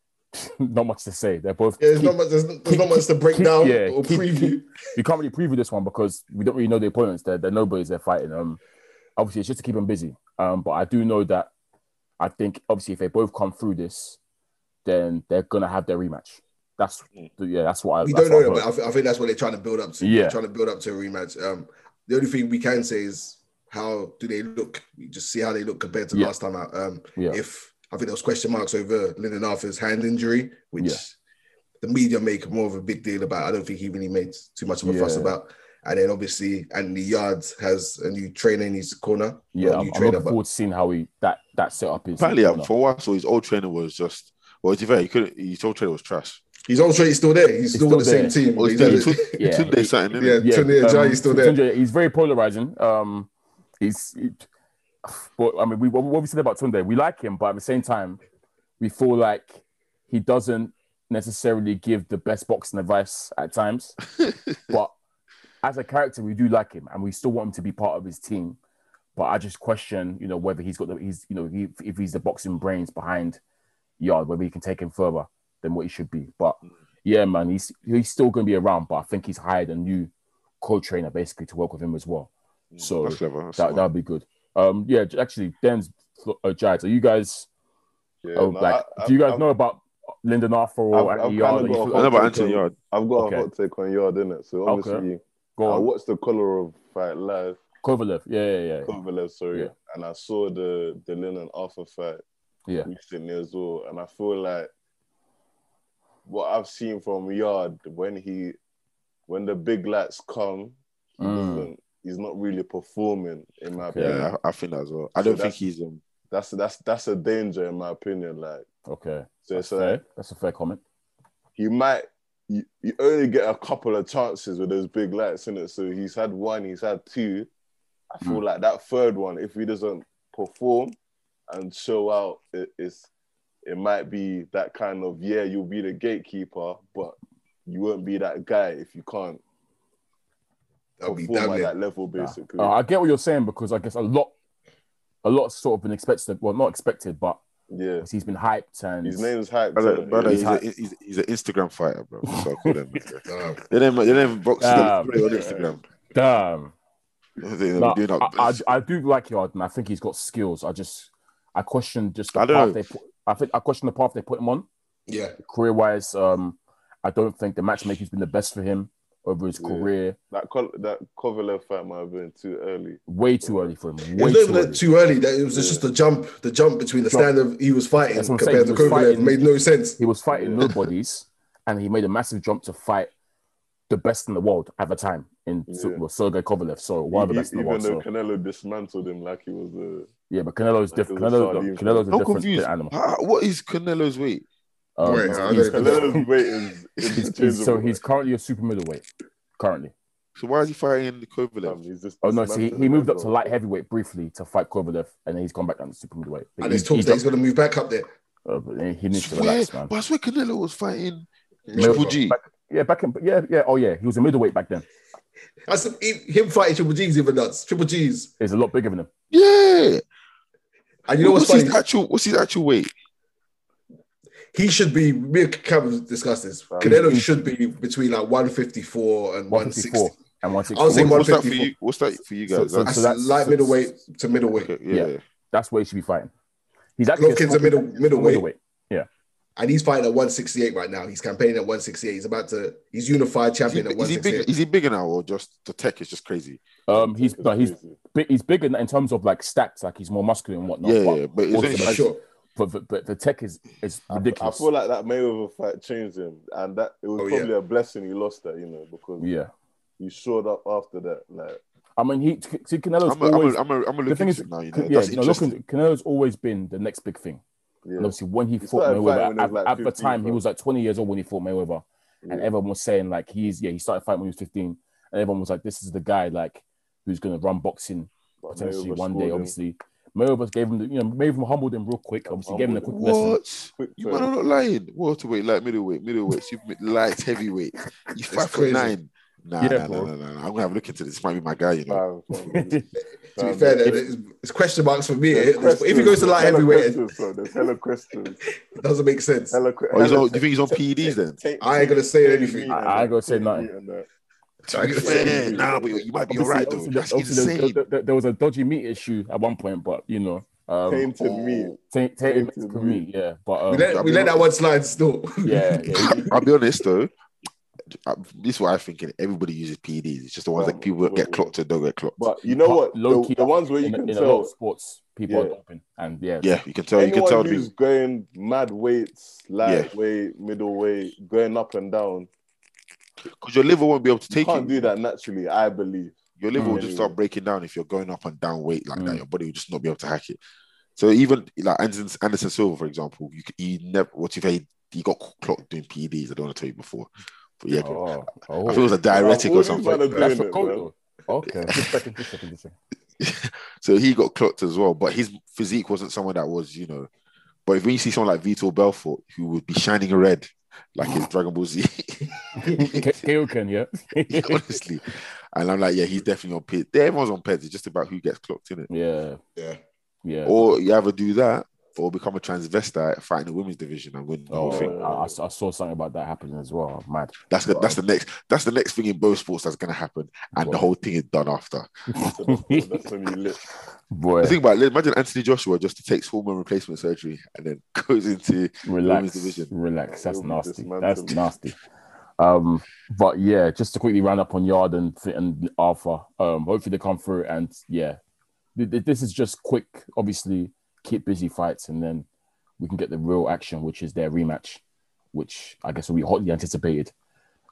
[laughs] not much to say. They're both
Yeah, there's not much. There's, there's not much to break
keep-
down
yeah,
or
keep-
preview.
you can't really preview this one because we don't really know the opponents. They're, they're nobodies they're fighting. Um, obviously, it's just to keep them busy. Um, but I do know that I think obviously if they both come through this, then they're gonna have their rematch. That's yeah, that's what I.
We
that's
don't know,
what
that,
I've
but
heard.
I, thi- I think that's what they're trying to build up to.
Yeah.
They're trying to build up to a rematch. Um, the only thing we can say is how do they look? We just see how they look compared to
Yeah.
last time out. Um,
Yeah.
If I think there was question marks over Lyndon Arthur's hand injury, which
Yeah.
the media make more of a big deal about. I don't think he really made too much of a fuss
Yeah.
about. And then obviously Anthony Yards has a new trainer in his corner. Not
yeah,
a
I'm,
new
I'm looking forward to seeing how he that that setup is.
Apparently,
you
um,
know.
for a while, so his old trainer was just. Well, to be fair, he couldn't. His old trainer was trash.
He's also he's still there. He's, still,
still
with the
there.
same team.
Well,
He's
he's done
at the-
it.
Yeah.
Tunde yeah. something,
yeah,
innit?
yeah,
Tunde
um,
Ajayi's still there.
Tunde, he's very polarizing. Um, he's, he- but I mean, we, what what we said about Tunde, we like him, but at the same time, we feel like he doesn't necessarily give the best boxing advice at
[laughs]
times. but as a character, we do like him, and we still want him to be part of his team. But I just question, you know, whether he's got the, he's, you know, he, if he's the boxing brains behind Yard, whether he can take him further than what he should be. But yeah, man, he's he's still going to be around, but I think he's hired a new co-trainer basically to work with him as well. So
Mm, That's clever. That's
that
smart.
that'd be good. Um, yeah, j- actually, Den's uh, Giants. Are you guys?
Yeah,
oh,
no,
like,
I-
do you guys
I've-
know about Lyndon Arthur or
I've- I've
Andy
kinda
Yard?
got a
I know
Go,
whole-
about Anthony Yard.
I've got
Okay.
a hot take on Yard in it. So
Okay.
obviously, I
on,
watched the color of fight live,
Kovalev. Yeah, yeah, yeah.
Kovalev, sorry,
Yeah.
and I saw the the Lennon Alpha fight
Yeah.
recently as well, and I feel like what I've seen from Yard when he when the big lights come, he
Mm.
doesn't, he's not really performing in my
Okay.
opinion.
Yeah, I, I think that as well. I
So
don't think
that's-
he's um.
That's that's that's a danger in my opinion. Like
Okay,
so,
that's
it's like,
fair. That's a fair comment.
he might you, you only get a couple of chances with those big lights in it. So he's had one, he's had two. I
Hmm.
feel like that third one, if he doesn't perform and show out, it, it's it might be that kind of yeah, you'll be the gatekeeper, but you won't be that guy if you can't
That'll be
perform at
damning.
that level, basically.
Uh, I get what you're saying because I guess a lot, a lot's sort of been expected. Well, not expected, but
yeah,
he's been hyped and
his name's hype.
Brother, brother,
he's
he's,
hot.
a, he's, he's an Instagram fighter,
[laughs]
bro. So I call them.
Uh,
they didn't, they didn't box
Ah,
them on Instagram.
damn.
They,
No,
they do not.
I, I, I do like Yard, and I think he's got skills. I just, I question just the
I don't
path
know.
they put. I think I question the path they put him on
yeah,
career wise. Um, I don't think the matchmaking's been the best for him over his
Yeah.
career.
That Col- that Kovalev fight might have been too early.
Way too early for him.
it
Way too
was not even
early.
that too early. That it was just the jump, the jump between the
Jump.
standard he was fighting
That's what I'm saying,
compared to
he was
Kovalev
fighting-
made no sense.
He was fighting
Yeah.
nobodies, and he made a massive jump to fight the best in the world at the time in
Yeah.
well, Sergey Kovalev. So one of the
E-
best in the
even
world. So.
though Canelo dismantled him like he was the
Yeah, but Canelo's different.
Like, it was
Canelo,
Saudi-
Canelo's a
I'm
different
confused.
animal.
How- what is Canelo's weight?
Um,
Wait, I
he's-
don't-
[laughs] Canelo's
[laughs]
weight is
he's-
interchangeable.
he's- so he's currently a super middleweight. Currently.
So why is he fighting
Um,
Kovalev?
he's just
Oh no, so he, he moved up to
like.
light heavyweight briefly to fight Kovalev, and then he's gone back down to super middleweight. But
And
he-
there's talks
he's
that he's going to move back up there.
not- uh, but he needs to
Swear-
relax, man.
But I swear Canelo was fighting
Middle-
Triple G.
Yeah, back in yeah, yeah, oh yeah, he was a middleweight back then.
That's he- him fighting Triple G's even nuts. Triple G's.
He's a lot bigger than him.
Yeah.
And you know what's
what's
funny?
his actual? What's his actual weight?
He should be. Me and Cam discussed this.
Um,
Right.
Canelo should be between like 154 and 160.
154 and 160.
I was saying
What- what's that for
154.
you? What's that for you
So-
guys?
so-
That's-
That's
that's-
light
so-
middleweight to middleweight.
okay, yeah.
yeah. That's where he should be fighting. He's actually
Golovkin's a middle- middleweight. And he's fighting at 168 right now. He's campaigning at 168. He's about to. He's unified
Is, he,
champion at
is he big?
168.
Is he bigger now, or just the tech is just crazy?
Um, he's no, he's
crazy.
big, he's bigger in terms of like stats, like he's more muscular and whatnot.
yeah,
but,
yeah, but it's
also
only-
the-
For sure.
But, but, but the tech is is
I-
ridiculous.
I feel like that Mayweather fight changed him, and that it was
Oh, yeah.
probably a blessing he lost that, you know, because
yeah,
he showed up after that. Like,
I mean, he see Canelo's
I'm a, I'm
always
a, I'm a, I'm a
the
look
thing
into
is,
it now. You know,
yeah,
that's
no, look,
interesting.
Canelo's always been the next big thing.
Yeah.
And obviously, when he
He
fought
started fighting
Mayweather,
when he was
at,
like
at the
15,
time he
bro.
was like 20 years old when he fought Mayweather,
Yeah.
and everyone was saying like he's yeah he started fighting when he was 15, and everyone was like this is the guy like who's gonna run boxing
But
potentially
Mayweather
one
scored
day.
him.
Obviously, Mayweather gave him the you know Mayweather humbled him real quick. Obviously, gave him a quick
Humbled
lesson.
What?
Quick
You
turn.
man are not lying. Welterweight, light middleweight, middleweight, super mid- light heavyweight. You five foot
crazy.
nine. Nah,
Yeah,
nah, nah,
bro.
nah, nah, nah. I'm gonna have a look into this. This might be my guy, you know.
Fam, fam.
[laughs] To be
Um,
Fam,
fair,
there's-
that it's, it's question marks for me.
there's
If if he
questions,
goes to light
there's hella
heavyweight, it
questions, bro. There's hella
[laughs]
questions.
doesn't make sense.
Hella que-
Oh, he's
hella
on,
te-
do you think he's on
te-
[laughs]
PEDs then?
te-
I ain't gonna say
te-
anything.
te-
I- I ain't gonna say
te-
nothing.
and that.
So I can say-
Yeah, nah, but you you might be
Obviously-
all right though.
obviously-
That's
obviously, there-
insane.
there, there- there was a dodgy meat issue at one point, but you know, um,
Tainted me.
oh,
taint, tainted
tainted
Mexican
meat.
meat, yeah. But um,
we let, we let that one slide still.
[laughs]
[laughs]
yeah, yeah,
[laughs] I'll be honest though. I- This is what I think. and Everybody uses PEDs. It's just the ones that
Oh,
Fam,
people that get
wait,
clocked and don't get clocked.
But you know what?
But low
The,
key,
the ones where you
in,
can
in a lot of
tell
sports, people are
Yeah.
doping, and yeah,
yeah, you can tell. You
anyone
can tell.
who's
dude.
going mad weights, lightweight, middleweight, going up and down,
Because your liver won't be able to
you
take
can't
it.
do that naturally. I believe.
Your liver will just
Mm.
start breaking down if you're going up and down weight like that.
Mm.
Your body will just not be able to hack it. So even like Anderson, Anderson Silva, for example, you, c- he never. What if he, he got clocked doing PEDs? I don't want to tell you before, but yeah,
Oh,
I think it was a diuretic
All
or
these men are
something.
doing
That's
it,
your
bro.
code, though.
[laughs]
Okay, just checking, just checking, just checking.
So he got clocked as well, but his physique wasn't someone that was, you know. But if you see someone like Vitor Belfort, who would be shining red like
[laughs]
his Dragon Ball Z,
K- Kaoken,
[laughs]
yeah,
[laughs] honestly, and I'm like, yeah, he's definitely on pit. Everyone's on peds. It's just about who gets clocked in it.
yeah,
Yeah.
yeah.
Or you either do that, or become a transvestite fighting the women's division and win the whole
Oh,
thing.
I, I saw I saw something about that happening as well. Mad.
That's the, that's the next that's the next thing in both sports that's gonna happen, and the
Wow.
whole thing is done after.
So that's,
[laughs]
that's when you lit.
Boy,
The thing about it, imagine Anthony Joshua just takes hormone replacement surgery and then [laughs] goes into women's
relax,
division.
relax. That's
You'll be
nasty. That's
dismantled.
nasty. Um, but yeah, just to quickly round up on Yard and and Alpha. Um, hopefully they come through and yeah, Th- th- this is just quick. Obviously, keep busy fights and then we can get the real action, which is their rematch, which I guess will be hotly anticipated.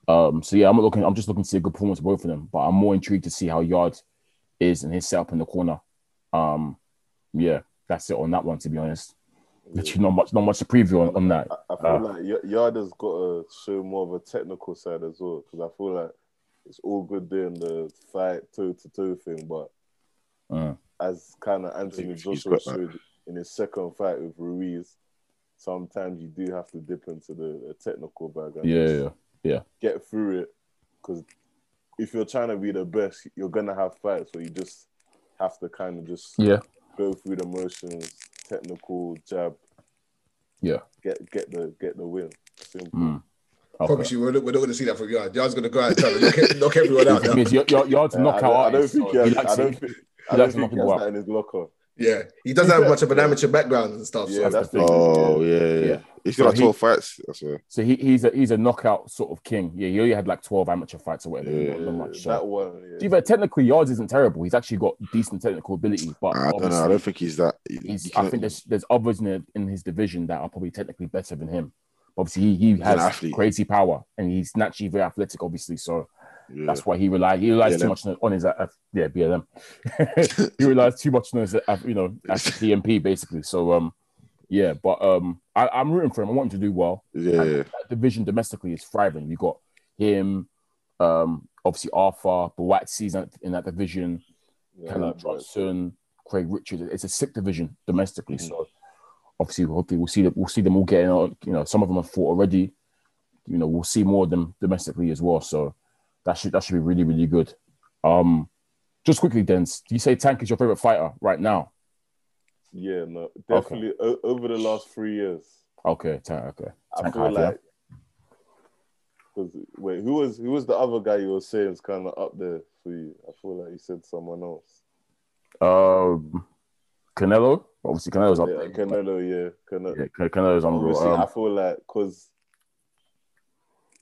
Um, so yeah, I'm not looking. I'm just looking to see a good performance from both of them, but I'm more intrigued to see how Yard is and his setup in the corner. Um, yeah, that's it on that one. To be honest, literally not much, not much to preview on, on that.
I, I feel
Uh.
like Y- Yada's got to show more of a technical side as well because I feel like it's all good doing the fight toe to toe thing, but
Mm.
as kind of Anthony
He's- he's
Joshua
got that.
showed in his second fight with Ruiz, sometimes you do have to dip into the, the technical bag and
Yeah,
just
yeah,
get through it because if you're trying to be the best, you're gonna have fights where you just have to kind of just
yeah.
go through the motions, technical jab.
Yeah.
Get get the get the win. Simple.
Mm.
Promise you, we're not, we're not going to see that from Yard. Yard's going to go out and try to knock, it- knock
[laughs]
everyone out. Now.
Because your, your,
[laughs]
your
Uh,
knockout
I, don't, I don't
artist,
think he
he
has,
likes
I
it.
don't think
He
I don't
likes
think he
knocking
has
people
that in his locker.
Yeah, he doesn't have much of an amateur background and stuff.
Yeah,
so
that's
the thing.
the
Oh yeah, yeah.
Yeah.
He's
So
got like
he-
twelve fights. That's a,
So he, he's a he's a knockout sort of king. Yeah, he only had like twelve amateur fights or whatever.
Yeah,
not, not much. So.
that one. Yeah.
Even technically, yards isn't terrible. He's actually got decent technical ability, but
I don't know. I
obviously,
don't think he's that. you- you
he's, I
cannot-
think there's there's others in, the, in his division that are probably technically better than him. Obviously, he, he
an
has
athlete.
crazy power and he's naturally very athletic. Obviously, so
yeah.
That's why he relied. He relies too
BLM.
much on, on his uh, yeah BLM. [laughs] he relies too much on his uh, you know as DMP basically. So um yeah, but um I, I'm rooting for him. I want him to do well.
yeah, yeah.
That division domestically is thriving. You got him, um obviously Arthur, Bawatsi's in, in that division,
Yeah,
Keller
that one.
Johnson, Craig Richards. It's a sick division domestically.
Mm-hmm.
So obviously, hopefully, we'll see that we'll see them all getting on. You know, some of them have fought already. You know, we'll see more of them domestically as well. So that should that should be really really good. Um, just quickly, then, do you say Tank is your favorite fighter right now?
Yeah, no, definitely o- over the last three years,
Okay, Tank. Okay,
I
Tank
feel
Hyde, yeah.
like. Cause, wait, who was who was the other guy you were saying is kind of up there for you? I feel like you said someone else.
Um, Canelo. Obviously, Canelo's up
yeah,
there.
Canelo, yeah,
[laughs]
Canelo.
Yeah, Can- Canelo's on the
Obviously, I
um,
feel like because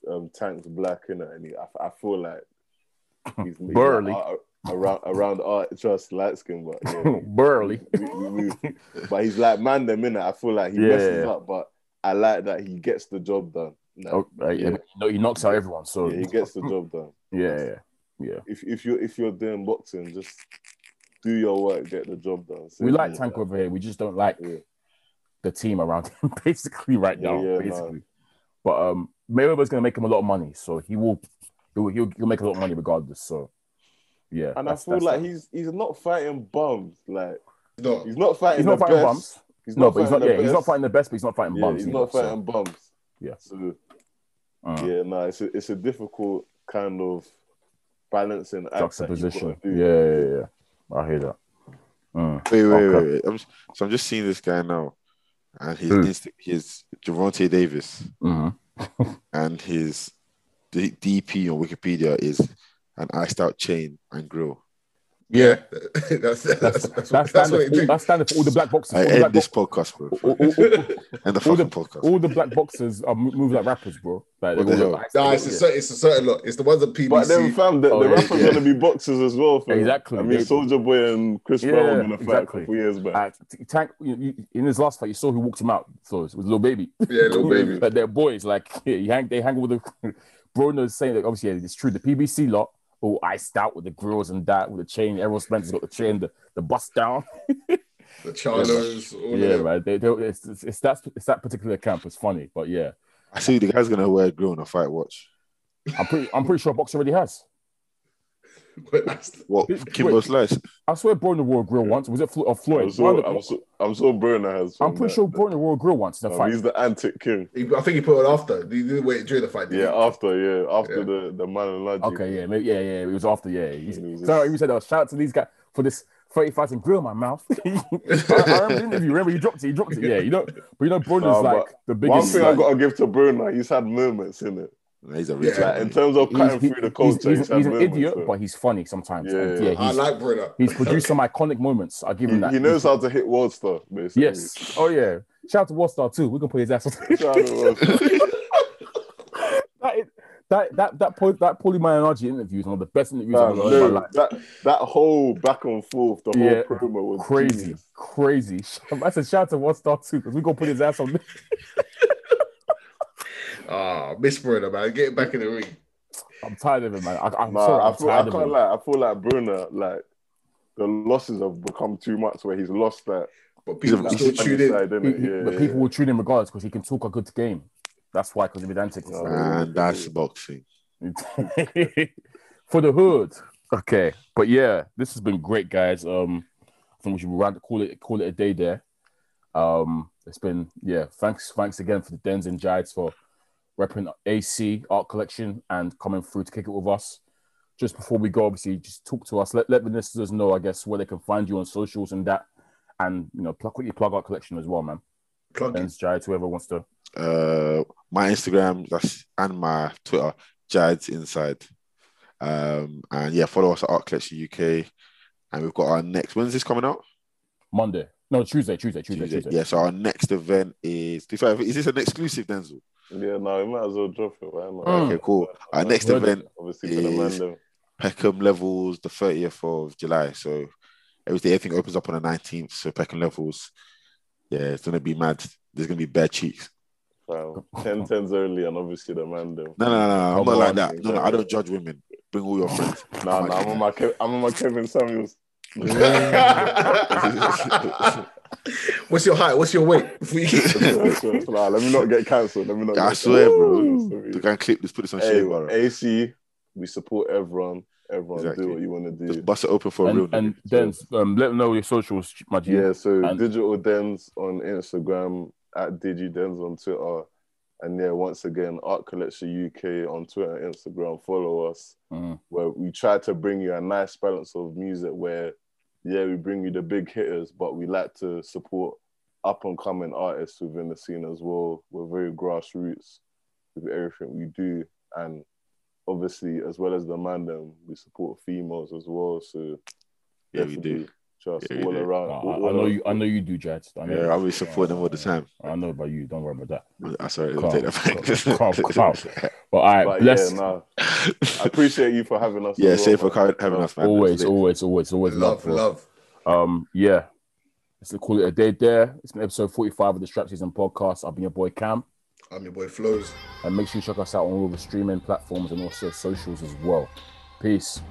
um, Tank's black in it, and he, I, I feel like
[laughs]
he's he's
Burly.
like, uh, around around art just light skin, but yeah,
[laughs] Burley.
we- we move.
[laughs]
but he's like man them in it. I feel like he
Yeah.
messes up, but I like that he gets the job done. Like,
Oh, right, yeah.
Yeah.
No, he knocks out everyone. So
yeah, he gets the job done.
yeah, yeah, yeah.
If if you if you're doing boxing, just do your work, get the job done.
We like
Simple.
Tank over here. We just don't like
Yeah.
the team around [laughs] him basically right
Yeah,
now.
yeah,
basically.
man.
But um, Mayweather's going to make him a lot of money, so he will he'll, he'll, he'll make a lot of money regardless. So yeah,
And I
that's-
feel
that's-
like he's he's not fighting bums. Like
No,
he's not fighting.
he's not
the
fighting
best.
bums. No, but he's not.
the
Yeah, he's not
best.
fighting the best, but he's not fighting
Yeah,
bums.
he's
either,
not
so,
fighting bums.
Yeah.
So
Mm.
yeah, no, it's a, it's a difficult kind of balancing act that you've got to
juxtaposition.
do.
yeah, yeah, yeah. I hear that. Mm.
Wait, wait,
Okay.
wait, wait. I'm just, so I'm just seeing this guy now, and his
Hmm.
Who?
Insta- his Javante Davis
Mhm.
and his D- DP on Wikipedia is an iced out chain and grill.
yeah, [laughs] that's that's that's,
That's
that's,
standard.
what
for
it do.
all- that's standard for all the black boxers.
I
All the black,
end this
box,
podcast, bro.
all, all-
End the
all the-
fucking podcast.
all the black boxers are mo- move like rappers, bro. Like,
What
they
the
all
hell?
look
Nah,
like-
it's a, cer- it's a certain lot. It's the ones that PBC.
But then, fam, the,
Oh,
the
yeah,
rappers
yeah.
gonna be boxers as well. Fam.
Exactly.
I mean,
They-
Soldier Boy and Chris
Yeah,
Brown were gonna fight
exactly.
a couple years back.
Uh, T- Tank, you, you, in his last fight, you saw who walked him out. So it was little baby.
yeah,
[laughs]
little baby.
But their boys, like [laughs] he hang, they hang with the [laughs] Bruno's saying that obviously yeah, it's true. The PBC lot all iced out with the grills and that with the chain. Errol Spencer's got the chain, the, the bust down.
The Charlos, all
yeah,
of them.
man. They, they, it's, it's, it's that it's that particular camp. It's funny, but yeah,
I see the guy's gonna wear a grill on a fight watch.
I'm pretty I'm pretty sure Box already has.
But that's-
What
Wait.
Kimbo Slice?
I swear Bruno wore a grill once. Was it Flo- or Floyd?
I'm
One
so,
of the-
I'm so, I'm so Burner has.
I'm
fam,
pretty
that-
sure Bruno wore a grill once in a
fam,
fight.
He's the antic king.
he- I think he put it after. He didn't wait during the fight. did
Yeah,
he?
after yeah, after
Yeah.
the the man and logic.
Okay, yeah, maybe, yeah, yeah. It was after, yeah. He's,
It was just-
sorry, you said, oh, shout out to these guys for this 30 fighting grill in my mouth. [laughs] I, I remember the interview. Remember, you dropped it. You dropped it. Yeah, you know, but you know, Bruno's
Nah, but
like the
One
biggest.
thing I
like,
gotta give to Burner, he's had moments in it.
Nah, he's a
Yeah.
retard.
Like in
man.
terms of cutting
he's, he-
through the
he's-
culture,
he's-
he's, had
he's an
moments,
idiot,
fam.
but he's funny sometimes.
Yeah,
and,
yeah.
yeah,
I
he's,
like Bruno.
he's
[laughs]
produced some iconic moments. I'll give him
he,
that.
he knows how to hit world star, basically. [laughs]
Yes. Oh yeah. Shout out to Warstar too. We can put his ass on.
Shout out to World
[laughs]
Star. [laughs]
that, is- that that that Paul, that Paulie Malignaggi interview is one of the best interviews I've
Fam,
ever heard in
no,
my life.
that that whole back and forth, the whole
Yeah,
promo was
Crazy,
genius.
crazy. [laughs] I said, shout out to One Star Two because we gonna put his ass on. this.
[laughs] Ah, miss Bruno, man. Get him back in the ring.
I'm tired of it, man. I, I'm
Nah,
sorry,
I
I'm
feel, I
tired
can't
of it.
lie. I feel like Bruno, like the losses have become too much. Where he's lost that.
But people
He's a-
still
funny
tune in.
side, innit?
He- he-
Yeah,
but
yeah,
people will tune in regardless because he can talk a good game. That's why, because of his antics.
No.
Man, that's boxing.
[laughs] For the hood. Okay, but yeah, this has been great, guys. Um, I think we should round call it call it a day there. Um, it's been yeah. Thanks, thanks again for the Dens and Jides for repping AC Art Collection and coming through to kick it with us. Just before we go, obviously, just talk to us. Let let the listeners know, I guess, where they can find you on socials and that, and you know, plug, quickly plug Art Collection as well, man.
Plug it.
Dens Jides, whoever wants to.
uh my Instagram that's and my Twitter, Jad's Inside. Um and yeah, follow us at Art Collection UK. And we've got our next when's this coming out?
Monday, no Tuesday, Tuesday, Tuesday, Tuesday.
Yeah, so our next event is to be fair, is this an exclusive Denzel?
Yeah, no, he might as well drop it. Why not?
Mm.
Okay, cool. Our next
Good.
event,
obviously, for the
is-
man,
Peckham Levels, the 30th of July. So everything everything opens up on the 19th. So Peckham Levels. Yeah, it's gonna be mad. There's gonna be bare cheeks. [laughs]
though, fam. ten tens early, and obviously the man. though.
No, no, no, no. I'm
Come
not like
on,
that. No, no, I don't
exactly.
judge women. Bring all your friends.
Nah, nah, I'm on my Kev- I'm on my Kevin
[laughs]
Samuels.
[laughs] What's your height? What's your weight? Before you get
nah, let me not get cancelled. Let me not.
I
get
swear,
cancelled.
bro. The guy clip this, put this on
Hey,
shade, bro.
AC, we support everyone. Everyone,
Exactly.
do what you want to do.
Just bust it open for a real.
and, and
nigga.
then um, let them know your socials, my G.
Yeah, so
And-
Digital Dens on Instagram, at DigiDens on Twitter. And yeah, once again, Art Collection UK on Twitter and Instagram. Follow us,
Mhm.
where we try to bring you a nice balance of music where, yeah, we bring you the big hitters, but we like to support up and coming artists within the scene as well. We're very grassroots with everything we do. And obviously, as well as the man, them, we support females as well. So
yeah, we do.
definitely Just
Yeah, we
all
do.
around.
Nah,
all-
Uh, I, I know
all-
you. I know you do, Jad. I know Uh,
Yeah, I always support them all the time.
I know about you. Don't worry about that.
I sorry, let me
Calm,
take that
calm,
back.
calm, But all right,
But
bless.
yeah, nah, I appreciate you for having us.
[laughs] yeah,
as well,
safe for
man.
cur- having us, man.
always,
That's lit.
always, always, always love,
love,
bro.
love.
Um, yeah. Let's call it a day there. It's been episode 45 of the Strap Season podcast. I've been your boy Cam.
I'm your boy Flows.
And make sure you check us out on all the streaming platforms and also socials as well. Peace.